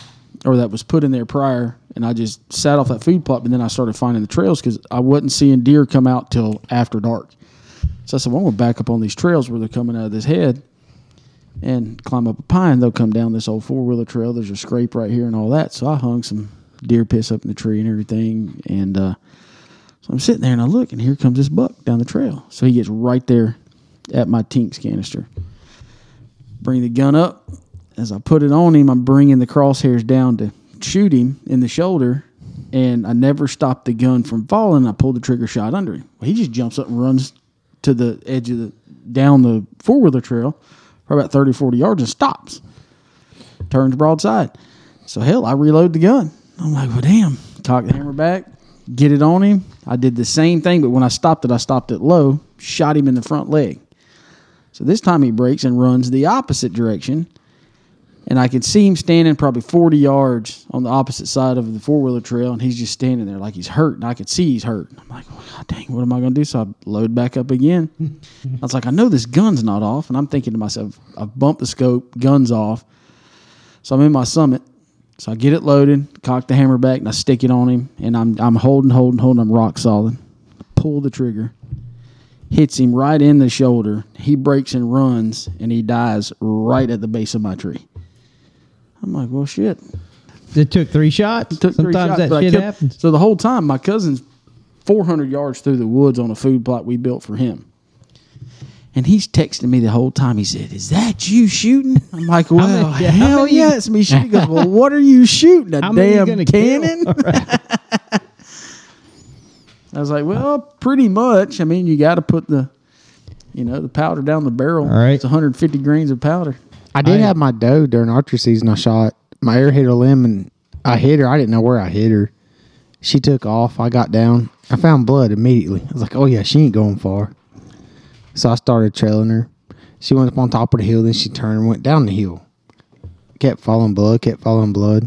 or that was put in there prior, and I just sat off that food plot. But then I started finding the trails because I wasn't seeing deer come out till after dark. So I said, well, I'm going to back up on these trails where they're coming out of this head and climb up a pine. They'll come down this old four wheeler trail. There's a scrape right here and all that. So I hung some deer piss up in the tree and everything. And uh, so I'm sitting there and I look, and here comes this buck down the trail. So he gets right there at my Tinks canister. Bring the gun up. As I put it on him, I'm bringing the crosshairs down to shoot him in the shoulder. And I never stopped the gun from falling. I pulled the trigger shot under him. Well, he just jumps up and runs to the edge of the down the four wheeler trail for about 30, 40 yards and stops. Turns broadside. So hell, I reload the gun. I'm like, well, damn. Cock the hammer back, get it on him. I did the same thing, but when I stopped it, I stopped it low, shot him in the front leg. So this time he breaks and runs the opposite direction. And I could see him standing probably 40 yards on the opposite side of the four wheeler trail. And he's just standing there like he's hurt. And I could see he's hurt. I'm like, well, God dang, what am I going to do? So I load back up again. I was like, I know this gun's not off. And I'm thinking to myself, I've bumped the scope, gun's off. So I'm in my summit. So I get it loaded, cock the hammer back, and I stick it on him. And I'm, I'm holding, holding, holding. I'm rock solid. Pull the trigger hits him right in the shoulder. He breaks and runs, and he dies right at the base of my tree. I'm like, well, shit.
It took three shots.
Took three
Sometimes
shots,
that
but I
shit
kept-
happens.
So the whole time, my cousin's 400 yards through the woods on a food plot we built for him. And he's texting me the whole time. He said, "Is that you shooting?" I'm like, "Well,
many- how
hell
many-
yeah, it's me shooting." He goes, "Well, what are you shooting? A
How many you
damn
gonna kill?
cannon?" I was like, "Well, pretty much. I mean, you got to put the, you know, the powder down the barrel.
All right.
it's 150 grains of powder.
I did
I-
have my doe during archery season. I shot my arrow hit a limb and I hit her. I didn't know where I hit her. She took off. I got down. I found blood immediately. I was like, "Oh yeah, she ain't going far." So I started trailing her. She went up on top of the hill. Then she turned and went down the hill. Kept following blood. Kept following blood.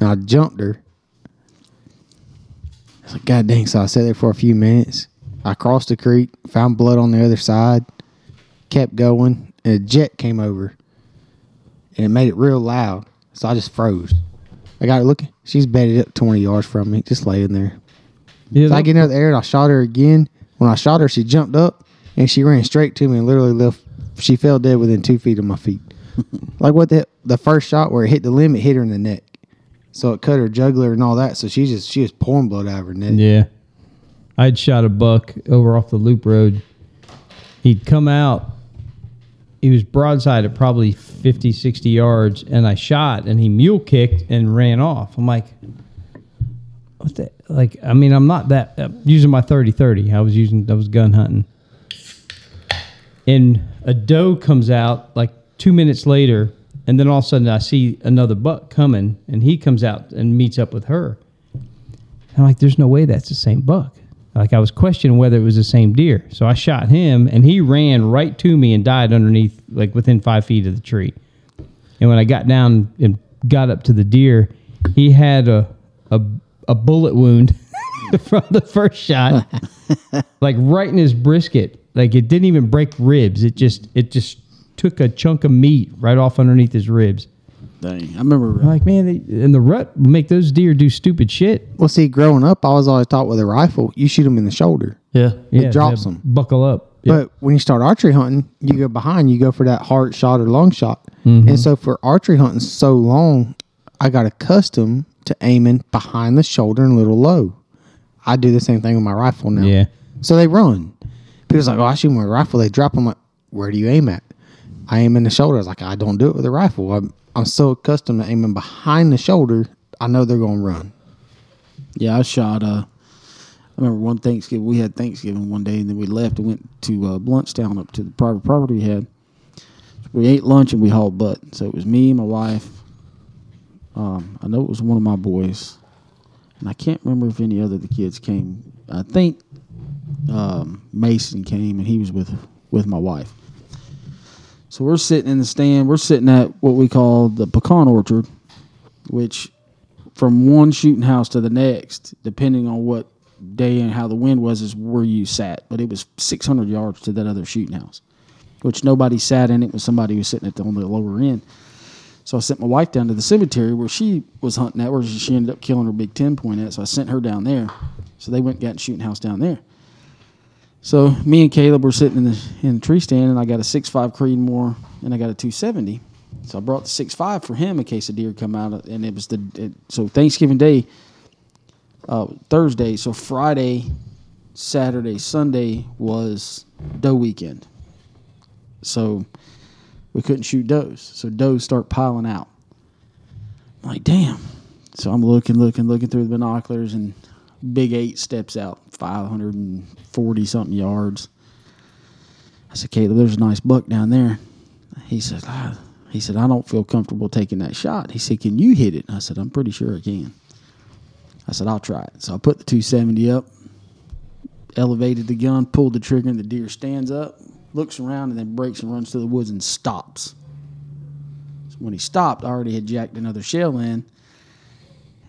And I jumped her. I was like, "God dang!" So I sat there for a few minutes. I crossed the creek. Found blood on the other side. Kept going. And a jet came over and it made it real loud. So I just froze. I got her looking. She's bedded up 20 yards from me, just laying there.
Yeah,
So I get in the air and I shot her again. When I shot her, she jumped up and she ran straight to me and literally left. She fell dead within two feet of my feet. like what the the first shot where it hit the limb, it hit her in the neck. So it cut her jugular and all that. So she just she was pouring blood out of her neck.
Yeah. I'd shot a buck over off the loop road. He'd come out. He was broadside at probably 50, 60 yards, and I shot, and he mule kicked and ran off. I'm like, what the? Like, I mean, I'm not that I'm using my 30 30. I was using, I was gun hunting. And a doe comes out like two minutes later, and then all of a sudden I see another buck coming, and he comes out and meets up with her. I'm like, there's no way that's the same buck. Like I was questioning whether it was the same deer. So I shot him and he ran right to me and died underneath, like within five feet of the tree. And when I got down and got up to the deer, he had a a, a bullet wound from the first shot. like right in his brisket. Like it didn't even break ribs. It just it just took a chunk of meat right off underneath his ribs.
Dang, I remember.
I'm like, man, they, and the rut will make those deer do stupid shit.
Well, see, growing up, I was always taught with a rifle, you shoot them in the shoulder.
Yeah.
Yeah,
drops
yeah,
'em.
Buckle up. Yeah.
But when you start archery hunting, you go behind, you go for that hard shot or long shot. And so for archery hunting so long, I got accustomed to aiming behind the shoulder and a little low. I do the same thing with my rifle now.
Yeah.
So they run. People's like, oh, I shoot my rifle. They drop. I'm like, where do you aim at? I aim in the shoulder. I was like, I don't do it with a rifle. I'm, I'm so accustomed to aiming behind the shoulder. I know they're going to run.
Yeah, I shot. Uh, I remember one Thanksgiving. We had Thanksgiving one day, and then we left and went to uh, Bluntstown up to the private property we had. We ate lunch and we hauled butt. So it was me, my wife. Um, I know it was one of my boys, and I can't remember if any other of the kids came. I think um, Mason came, and he was with with my wife. So we're sitting in the stand. We're sitting at what we call the pecan orchard, which from one shooting house to the next, depending on what day and how the wind was, is where you sat. But it was 600 yards to that other shooting house, which nobody sat in. It was somebody who was sitting at the, on the lower end. So I sent my wife down to the cemetery where she was hunting at, where she ended up killing her big 10 point at. So I sent her down there. So they went and got in shooting house down there. So me and Caleb were sitting in the, in the tree stand, and I got a 6.5 Creedmoor and I got a 270. So I brought the 6.5 for him in case a deer come out. And it was the it, so Thanksgiving Day, uh, Thursday. So Friday, Saturday, Sunday was doe weekend. So we couldn't shoot does. So does start piling out. I'm like, damn. So I'm looking, looking, looking through the binoculars, and Big Eight steps out 540 something yards. I said, Caleb, there's a nice buck down there. He said, "Ah." he said, I don't feel comfortable taking that shot. He said, Can you hit it? I said, I'm pretty sure I can. I said, I'll try it. So I put the 270 up, elevated the gun, pulled the trigger, and the deer stands up, looks around, and then breaks and runs to the woods and stops. So when he stopped, I already had jacked another shell in.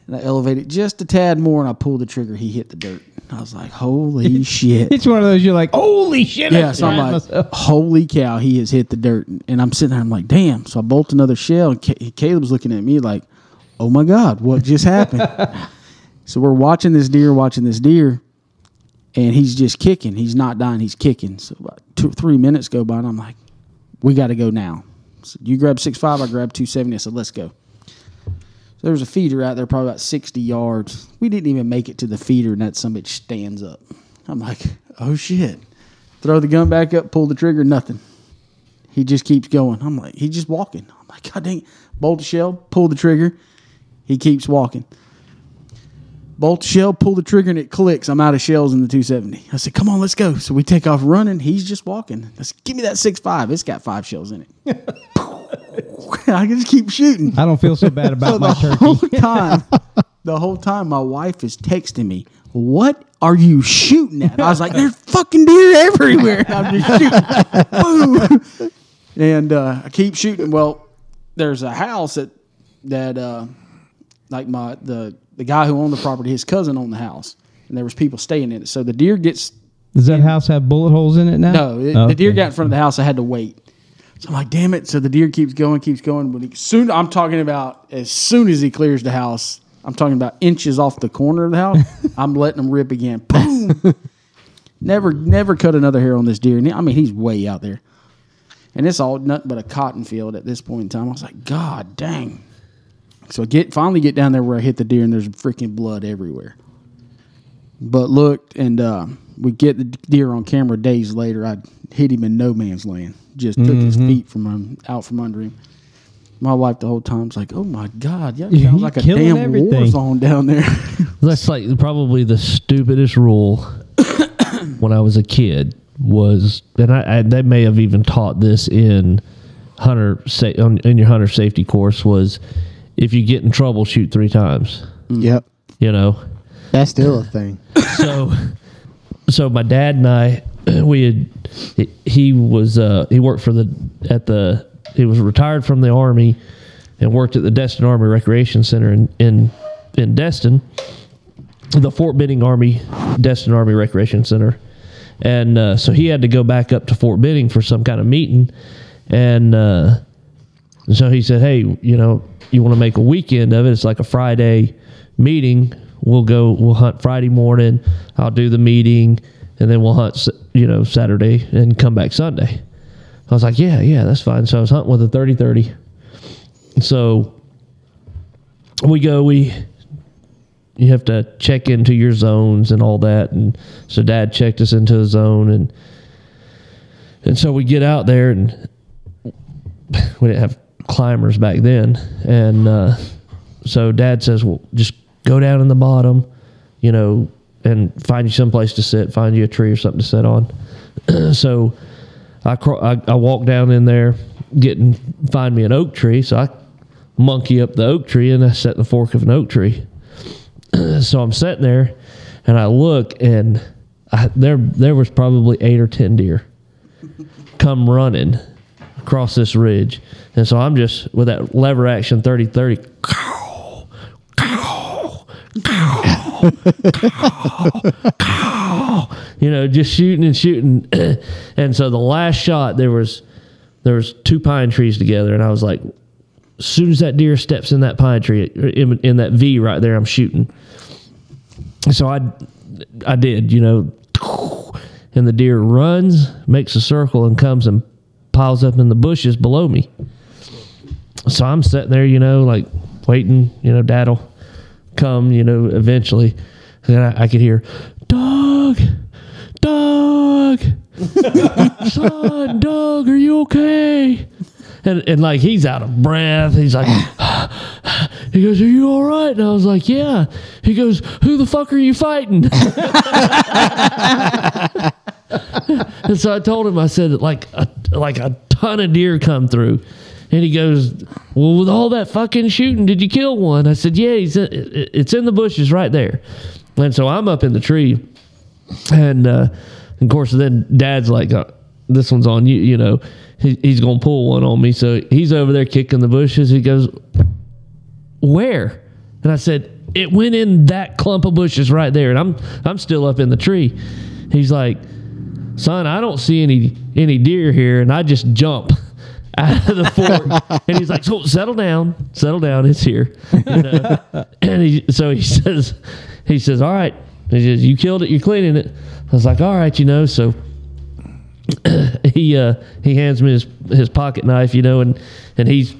And I elevated just a tad more and I pulled the trigger. He hit the dirt. I was like, holy shit.
It's one of those you're like, holy shit! I
Yeah, so
shot
I'm like,
myself."
holy cow, he has hit the dirt. And I'm sitting there, I'm like, damn. So I bolt another shell, and Ca- Caleb's looking at me like, oh my God, what just happened? so we're watching this deer, watching this deer, and he's just kicking. He's not dying, he's kicking. So about two, three minutes go by, and I'm like, we got to go now. So you grab 6.5, I grab 270. I said, let's go. So there was a feeder out there, probably about 60 yards. We didn't even make it to the feeder, and that some bitch stands up. I'm like, oh shit. Throw the gun back up, pull the trigger, nothing. He just keeps going. I'm like, he's just walking. I'm like, God dang, it. bolt the shell, pull the trigger. He keeps walking. Bolt the shell, pull the trigger, and it clicks. I'm out of shells in the 270. I said, Come on, let's go. So we take off running. He's just walking. I said, Give me that 6.5. It's got five shells in it. I just keep shooting
I don't feel so bad about my
the
turkey.
whole time, the whole time, my wife is texting me, "What are you shooting at?" I was like, "There's fucking deer everywhere." And I'm just shooting, boom, and uh, I keep shooting. Well, there's a house that that uh, like my the the guy who owned the property, his cousin owned the house, and there was people staying in it. So the deer gets
Does that house have bullet holes in it now?
no, it,
Oh,
the deer
okay.
got in front of the house. I had to wait. So I'm like, damn it. So the deer keeps going, keeps going. But he, soon, I'm talking about as soon as he clears the house, I'm talking about inches off the corner of the house. I'm letting him rip again. Boom. never, never cut another hair on this deer. And he- I mean, he's way out there. And it's all nothing but a cotton field at this point in time. I was like, God dang. So I get finally get down there where I hit the deer and there's freaking blood everywhere. But looked and uh, we get the deer on camera days later. I hit him in no man's land. Just took his
Mm-hmm.
feet from him out from under him. My wife the whole time's like, "Oh my god, yeah,
You
sounds like a
killing
damn war
everything."
zone down there."
That's like probably the stupidest rule when I was a kid was, and I, I they may have even taught this in hunter sa- on- in your hunter safety course was if you get in trouble, shoot three times.
Yep.
You know,
That's still a thing.
so so my dad and I uh, we had he was uh he worked for the at the he was retired from the army and worked at the Destin Army Recreation Center in in, in Destin the Fort Benning Army Destin Army Recreation Center and uh, so he had to go back up to Fort Benning for some kind of meeting and uh and so he said, "Hey, you know, you want to make a weekend of it? It's like a Friday meeting. We'll go. We'll hunt Friday morning. I'll do the meeting, and then we'll hunt. s- You know, Saturday and come back Sunday." I was like, "Yeah, yeah, that's fine." So I was hunting with a 30-30. So we go. We you have to check into your zones and all that. And so Dad checked us into a zone, and and so we get out there and we didn't have climbers back then. And uh, so dad says, well, just go down in the bottom, you know, and find you someplace to sit, find you a tree or something to sit on. so I, cro- I, I walk down in there, getting, find me an oak tree. So I monkey up the oak tree and I set the fork of an oak tree. so I'm sitting there and I look and I, there, there was probably eight or 10 deer come running across this ridge. And so I'm just with that lever action 30 30. You know, just shooting and shooting. and so the last shot there was there was two pine trees together and I was like as soon as that deer steps in that pine tree in, in that V right there I'm shooting. So I I did, you know, and the deer runs, makes a circle, and comes and piles up in the bushes below me. So I'm sitting there, you know, like waiting, you know, dad'll come, you know, eventually. And then I, I could hear, Dog, Dog, son, Dog, are you okay? And, and like he's out of breath. He's like, he goes, "Are you all right?" And I was like, "Yeah." He goes, "Who the fuck are you fighting?" And so I told him, I said, like a, like a ton of deer come through. And he goes, Well, with all that fucking shooting, did you kill one? I said, Yeah, he's in, it- it's in the bushes right there. And so I'm up in the tree. And uh, of course, then dad's like, uh, This one's on you, you know, he, he's going to pull one on me. So he's over there kicking the bushes. He goes, where? And I said, it went in that clump of bushes right there. And I'm I'm still up in the tree. He's like, son, I don't see any any deer here. And I just jump out of the fork. and he's like, so settle down, settle down. It's here. You know? and he, so he says, he says, all right. He says, you killed it. You're cleaning it. I was like, all right, you know. So he uh, he hands me his, his pocket knife, you know, and and he's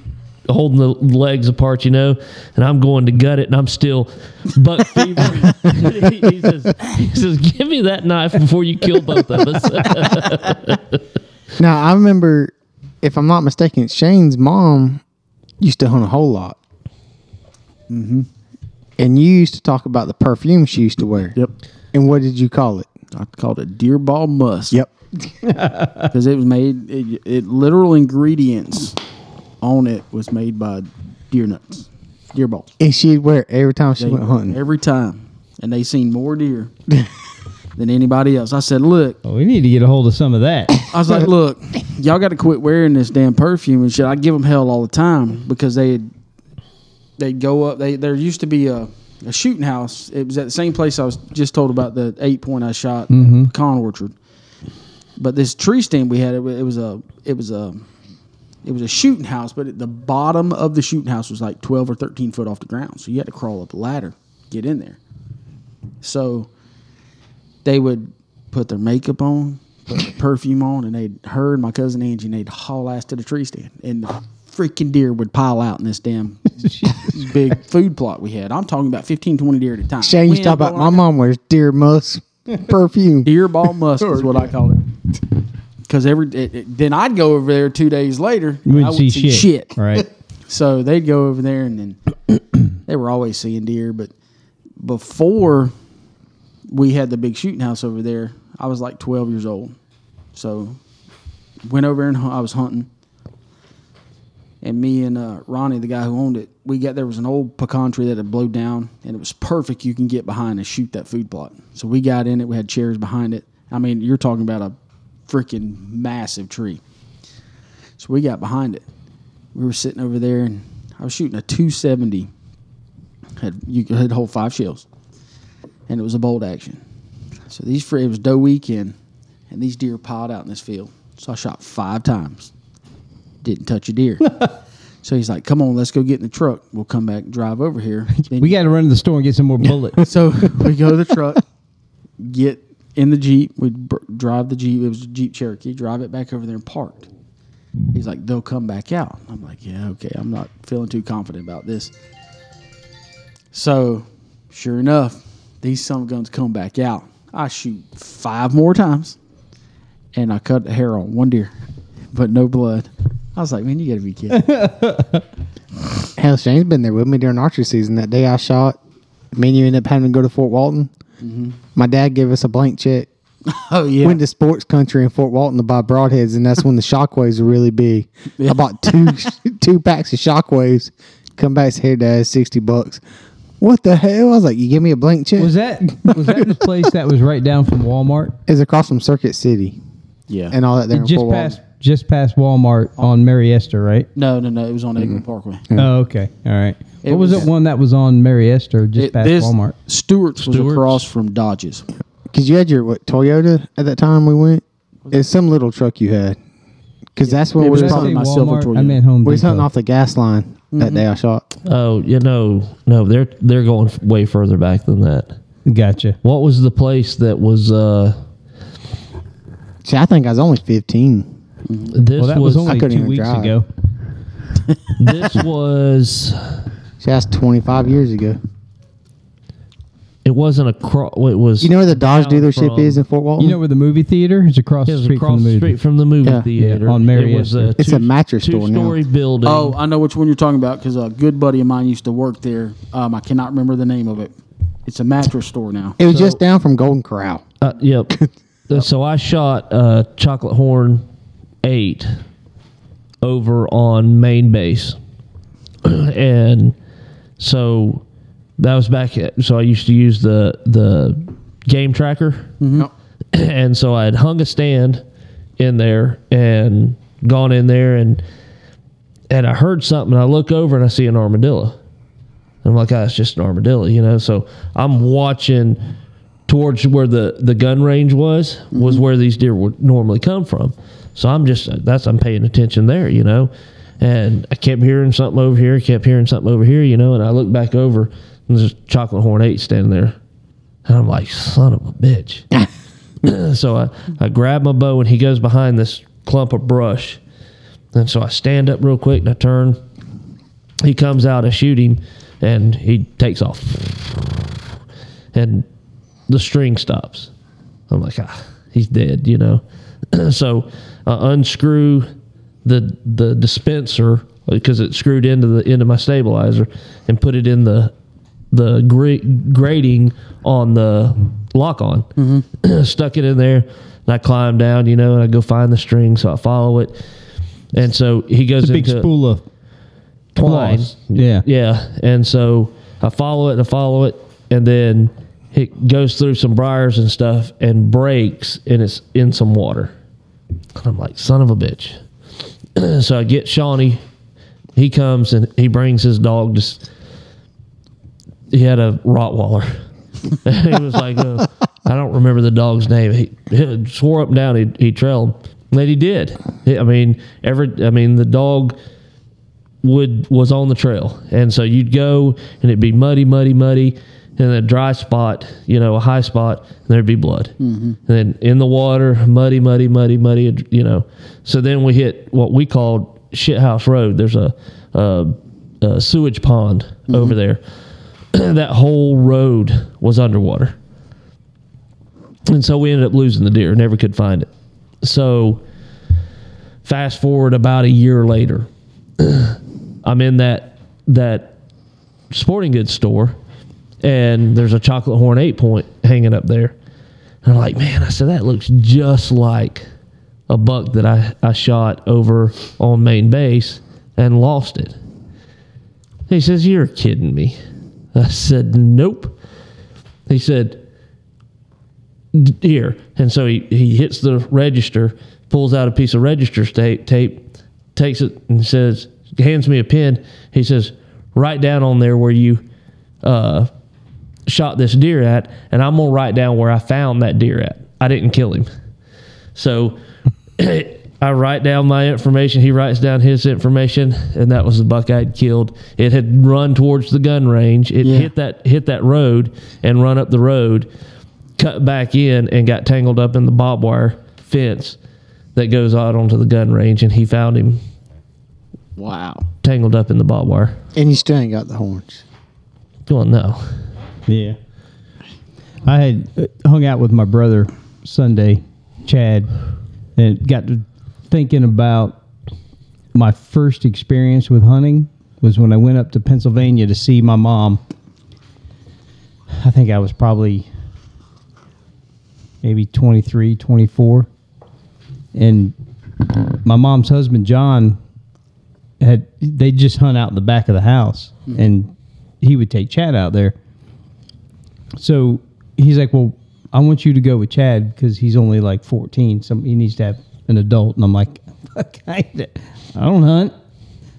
holding the legs apart, you know, and I'm going to gut it, and I'm still buck fever. he, he says, he says, "Give me that knife before you kill both of us."
Now I remember, if I'm not mistaken, Shane's mom used to hunt a whole lot, mm-hmm. and you used to talk about the perfume she used to wear.
Yep.
And what did you call it?
I called it Deer Ball Musk. because it was made. It, it literal ingredients on it was made by deer nuts, deer balls.
And she'd wear it every time she
They-
went hunting.
every time, and they seen more deer than anybody else. I said, "Look,
Oh, we need to get a hold of some of that.
I was like, look, y'all got to quit wearing this damn perfume and shit. I give them hell all the time because they they go up. They there used to be a, a shooting house. It was at the same place I was just told about the eight point I shot
Mm-hmm.
mm pecan orchard. But this tree stand we had, it, wa- it was a it was a it was a shooting house, but at the bottom of the shooting house was like twelve or thirteen foot off the ground, so you had to crawl up a ladder get in there. So they would put their makeup on, put their perfume on, and they'd her and my cousin Angie, and they'd haul ass to the tree stand, and the freaking deer would pile out in this damn big food plot we had. I'm talking about 15, 20 deer at a time.
Shane used
Wind
to talk about
blowing
my
out.
mom wears deer musk perfume.
Deer ball musk is what I called it. Because every it, it- then I'd go over there two days later.
You
I
wouldn't
would
see, shit.
shit.
Right.
So they'd go over there, and then they were always seeing deer. But before we had the big shooting house over there, I was like 12 years old. So went over and hu- I was hunting. And me and uh, Ronnie, the guy who owned it, we got there was an old pecan tree that had blown down, and it was perfect. You can get behind and shoot that food plot. So we got in it. We had chairs behind it. I mean, you're talking about a freaking massive tree. So we got behind it we were sitting over there and I was shooting a 270. Had you could had hold five shells, and it was a bolt action. So these fr- it was doe weekend, and these deer piled out in this field. So I shot five times, didn't touch a deer. so he's like, "Come on, let's go get in the truck. We'll come back and drive over here." Then
We got to run to the store and get some more bullets.
so we go to the truck, get in the Jeep. We br- drive the Jeep. It was a Jeep Cherokee. Drive it back over there and parked. He's like, they'll come back out. I'm like, yeah, okay. I'm not feeling too confident about this. So, sure enough, these some guns come back out. I shoot five more times, and I cut the hair on one deer, but no blood. I was like, man, you gotta be kidding.
Hell, Shane's been there with me during archery season. That day I shot, me and you ended up having to go to Fort Walton. My dad gave us a blank check.
oh yeah,
Went to sports country in Fort Walton to buy broadheads, and that's when the shockwaves were really big. I bought two two packs of shockwaves. Come back here, Dad, sixty bucks. What the hell? I was like, you give me a blank check.
Was that was that the place that was right down from Walmart?
It's across from Circuit City
yeah.
and all that there in
Just
Fort Walton.
past just past Walmart on Mary Esther, right?
no, no, no. It was on Eagle Parkway.
Oh, okay. All right.
It
what was,
was-
that one that was on Mary Esther just
It-
past Walmart?
Stewart's was
Stewart's.
across from Dodge's.
Cause you had your what Toyota at that time we went. It's some little truck you had. Cause that's when
It
we
was
were
Did I
probably
say
hunting.
my silver
Walmart?
Toyota.
I meant Home
We was
Depot.
hunting off the gas line that day I shot.
oh, yeah, no, no, they're they're going f- way further back than that.
Gotcha.
What was the place that was? uh
See, I think I was only fifteen.
This
Well, that was,
was,
only
couldn't
two
even
weeks
drive.
ago.
this was.
See, that's twenty five years ago.
It wasn't a cross. It was.
You know where the Dodge
Down
dealership
from-
is in Fort Walton?
You know where the movie theater is across
It
the
was
street
across
from the
the
movie.
street from the movie
Yeah.
theater.
Yeah, on Mary
it was
Esther.
a
It's a mattress store now.
two-story building.
Oh, I know which one you're talking about because a good buddy of mine used to work there. Um, I cannot remember the name of it. It's a mattress store now.
it was just down from Golden Corral.
Uh, yep. Uh, so I shot uh, Chocolate Horn 8 over on main base. and so that was back at, so I used to use the the game tracker. and so I had hung a stand in there and gone in there and and I heard something. I look over and I see an armadillo. I'm like, ah, it's just an armadillo, you know. So I'm watching towards where the the gun range was was where these deer would normally come from. So I'm just that's I'm paying attention there, you know. And I kept hearing something over here, kept hearing something over here, you know. And I look back over and there's a chocolate horn eight standing there, and I'm like, son of a bitch. so I I grab my bow and he goes behind this clump of brush, and so I stand up real quick and I turn he comes out, I shoot him, and he takes off. And the string stops. I'm like, ah, he's dead, you know. so I unscrew the the dispenser because it's screwed into the end of my stabilizer and put it in the the gr- grating on the lock on. Stuck it in there, and I climb down, you know, and I go find the string. So I follow it, and so he goes
Big
into
spool of
twine.
Claws. Yeah.
Yeah. And so I follow it and I follow it. And then it goes through some briars and stuff and breaks and it's in some water. And I'm like, son of a bitch. so I get Shawnee. He comes and he brings his dog. Just he had a Rottweiler. he was like, uh, I don't remember the dog's name. He, he swore up and down he he trailed, and he did. He- I mean, every I mean the dog would was on the trail, and so you'd go and it'd be muddy, muddy, muddy, and a dry spot, you know, a high spot, and there'd be blood, and then in the water, muddy, muddy, muddy, muddy, you know. So then we hit what we called Shithouse Road. There's a, a, a sewage pond over there. that whole road was underwater, and so we ended up losing the deer. Never could find it. So fast forward about a year later. I'm in that that sporting goods store, and there's a chocolate horn eight point hanging up there. And I'm like, man, I said that looks just like a buck that I, I shot over on main base and lost it. He says, You're kidding me. I said, Nope. He said, "D- Here. And so he, he hits the register, pulls out a piece of register tape, tape, takes it and says, Hands me a pen. He says, Write down on there where you uh, shot this deer at, and I'm going to write down where I found that deer at. I didn't kill him. So I write down my information. He writes down his information, and that was the buck I'd killed. It had run towards the gun range. It
Yeah.
hit that hit that road and run up the road, cut back in, and got tangled up in the barbed wire fence that goes out onto the gun range. And he found him
Wow.
tangled up in the barbed wire.
And you still ain't got the horns.
Well, no,
Yeah. I had uh, hung out with my brother Sunday, Chad, and got to thinking about my first experience with hunting was when I went up to Pennsylvania to see my mom. I think I was probably maybe 23, 24. And my mom's husband, John, had they just hunt out in the back of the house and he would take Chad out there so he's like, "Well, I want you to go with Chad because he's only like 14. So he needs to have an adult." And I'm like, "Fuck, I ain't- I don't hunt."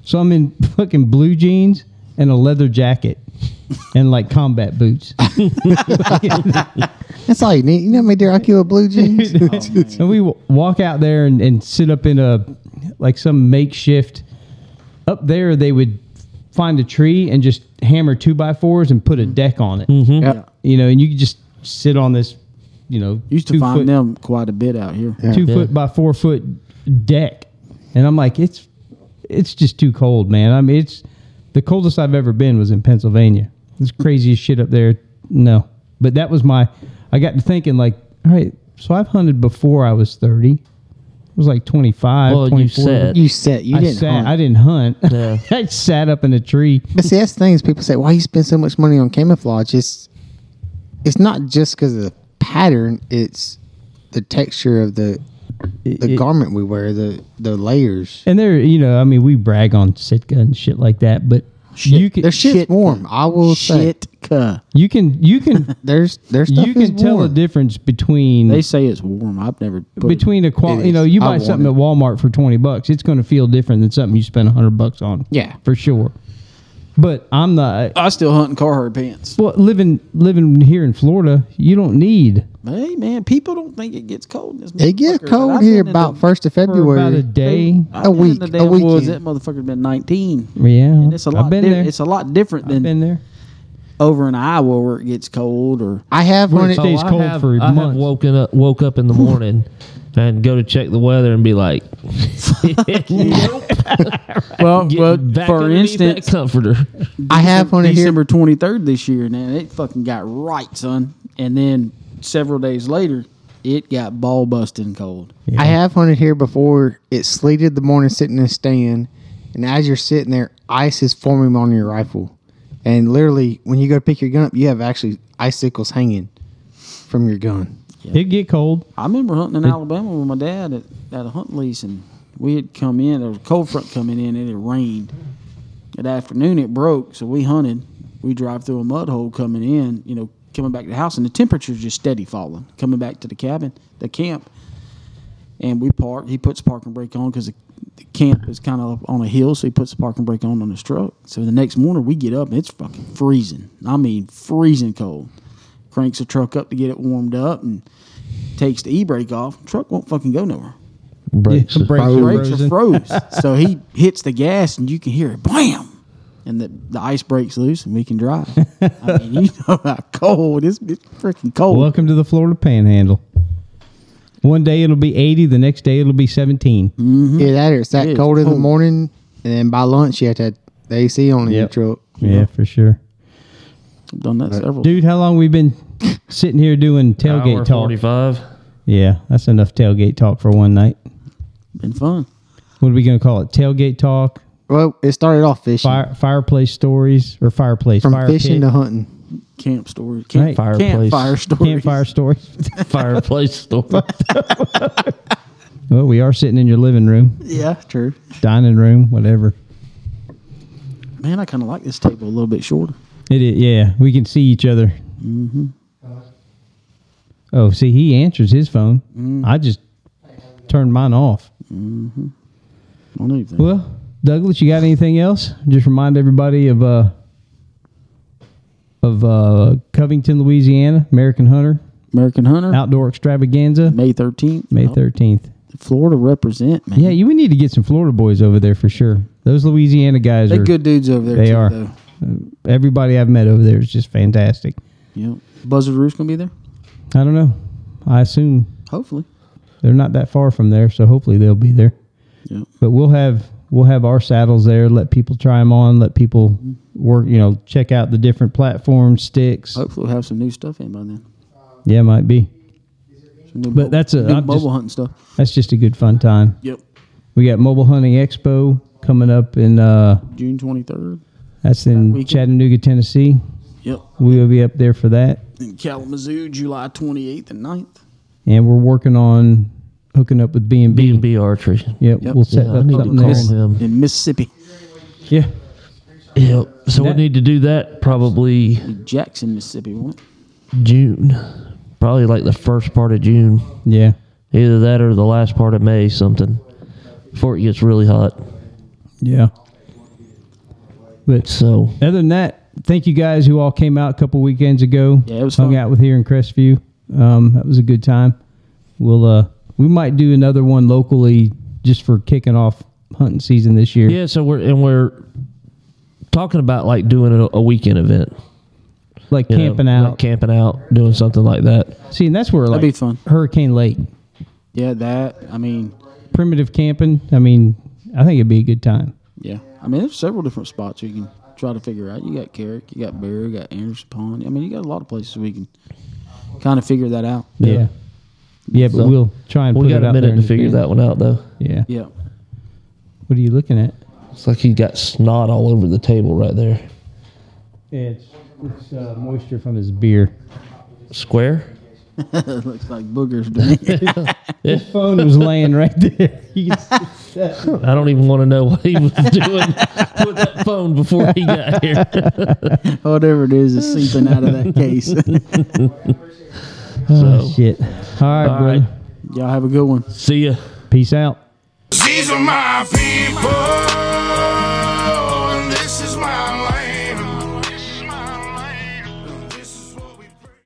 So I'm in fucking blue jeans and a leather jacket and like combat boots.
That's all you need. You know how many deer I kill with blue jeans?
and we w- walk out there and, and sit up in a like some makeshift up there they would find a tree and just hammer two by fours and put a
Mm-hmm.
deck on it
yeah.
you know and you could just sit on this you know
Used to
two
find
foot-
them quite a bit out here.
two foot by four foot deck, and I'm like, it's it's just too cold, man. I mean, it's the coldest I've ever been was in Pennsylvania. It's crazy as shit up there. No, but that was my. I got to thinking like, all right, so I've hunted before I was thirty. I was like 25,
Well, you
24.
said.
You sat. You
I
didn't
sat.
hunt.
I didn't hunt.
Yeah.
I sat up in a tree.
But see, that's the thing is people say, why you spend so much money on camouflage? It's it's not just because of the pattern; it's the texture of the the
it-
garment we wear, the the layers.
And there, you know, I mean, we brag on Sitka and shit like that, but you can
Their shit's warm. I will say,
Shitka.
you can you can
there's there's stuff
you can
is
tell
warm.
the difference between
They say it's warm. I've never put it-
between a qual
It
you know
is.
you
I
buy
want
something
it.
at Walmart for 20 bucks it's going to feel different than something you spend 100 bucks on
Yeah.
for sure but I'm not
I still hunt in Carhartt pants.
well living living here in Florida you don't need
Hey man, people don't think it gets cold. In this
It get
motherfucker. I've
cold
been
here
in the-
about first of
for about a
February.
day
I've been
week,
In the
a
damn woods, that
weekend.
motherfucker's been nineteen.
yeah
And it's a lot.
I've been
di-
there
It's a lot different
I've
than
been there
over in Iowa where it gets cold or
I have
Where
one.
it stays
I
cold
have,
for
I have
months.
woken up, woke up in the morning and go to check the weather and be like, nope.
well, well
Back
for
underneath that
instance,
comforter.
I have one in here.
December twenty third this year, and then it fucking got right, son. And then several days later, it got ball busting cold.
I have hunted here before. It sleeted the morning sitting in a stand, and as you're sitting there, ice is forming on your rifle. And literally, when you go to pick your gun up, you have actually icicles hanging from your gun.
It get cold.
I remember hunting in Alabama with my dad at, at a hunt lease, and we had come in. There was a cold front coming in, and it rained. At afternoon, it broke, so we hunted. We drive through a mud hole coming in, you know, coming back to the house, and the temperature's just steady falling. Coming back to the cabin, the camp, and we park. He puts the parking brake on because the, the camp is kind of up on a hill, so he puts the parking brake on on his truck. So the next morning, we get up, and it's fucking freezing. I mean, freezing cold. Cranks the truck up to get it warmed up, and takes the e brake off, truck won't fucking go nowhere.
Brakes.
Yeah, brakes are
Brakes are
frozen.
froze. so he hits the gas and you can hear it bam. And the, the ice breaks loose and we can drive. I mean, you know how cold it's, it's freaking cold.
Welcome to the Florida Panhandle. One day it'll be 80, the next day it'll be 17.
Yeah, that or it's that
Yeah, it's
cold in the
cold.
morning, and then by lunch you have to have the AC on in
Yep.
your truck.
Yeah, for sure.
I've done that several
Dude, how long we been sitting here doing tailgate
Hour
talk?
45.
Yeah, that's enough tailgate talk for one night.
Been fun.
What are we going to call it? Tailgate talk,
Well, it started off fishing
fire, fireplace stories, or fireplace
from
fire
fishing
pit,
to hunting.
Camp stories. Camp,
Right.
Fireplace.
Campfire stories.
campfire stories.
Fireplace store.
well, we are sitting in your living room,
Yeah, true.
dining room, whatever.
Man, I kind of like this table a little bit shorter.
It is, yeah, we can see each other. Oh, see, he answers his phone. I just turned mine off.
I don't even think.
Well, Douglas, you got anything else? Just remind everybody of uh of uh Covington, Louisiana, American Hunter
American Hunter,
Outdoor Extravaganza,
May 13th.
May
Oh,
thirteenth.
Florida represent, man.
Yeah, you we need to get some Florida boys over there for sure. Those Louisiana guys
They
are
good dudes over there,
They
too,
are.
though.
Everybody I've met over there is just fantastic.
Yep. Buzzard Roost going to be there?
I don't know. I assume
Hopefully.
they're not that far from there, so hopefully they'll be there.
Yep.
But we'll have we'll have our saddles there. Let people try them on. Let people work. You know, check out the different platforms, sticks.
Oh.
Hopefully, we'll have some new stuff in by then.
Yeah, might be.
Some new
But that's a
new
I'm
mobile
just,
hunting stuff.
that's just a good fun time.
Yep.
We got Mobile Hunting Expo coming up in uh
June 23rd.
that's in
weekend.
Chattanooga, Tennessee.
Yep.
We will be up there for that,
In Kalamazoo, July 28th and 9th.
and we're working on hooking up with B and
B and
B.
B archery.
Yep,
Yep.
we'll set
Yeah, I
up
need to
something
call
there.
him.
In Mississippi.
Yeah,
Yep. So we
That-
need to do that probably
Jackson, Mississippi. What?
June, probably like the first part of June,
yeah,
either that or the last part of May, something before it gets really hot.
yeah. But
So
Other than that, thank you guys who all came out a couple weekends ago.
Yeah, it was
hung
fun.
out with here in Crestview. Um, that was a good time. We'll uh, we might do another one locally just for kicking off hunting season this year.
yeah, so we're and we're talking about like doing a, a weekend event,
Like
you know,
camping
like
out.
camping out, doing something like that.
See, and that's where like
That'd be fun.
Hurricane Lake,
Yeah, that. I mean,
primitive camping. I mean, I think it'd be a good time.
yeah. I mean, there's several different spots you can try to figure out. You got Carrick, you got Bear, you got Anderson Pond. I mean, you got a lot of places we can kind of figure that out.
Yeah. Yeah, but
So,
we'll try and
We
put
got
it
a
out there
minute
in
to figure
advance.
that one out though.
Yeah.
Yeah.
What are you looking at?
It's like he got snot all over the table right there.
It's it's uh, moisture from his beer.
Square.
It looks like boogers to me.
His phone was laying right there. You can see that.
I don't even want to know what he was doing with that phone before he got here.
Whatever it is, is seeping out of that case.
Oh, shit. All right,
All
brother.
right.
Y'all have a good one.
See ya.
Peace out.
These are my people, and this is my land.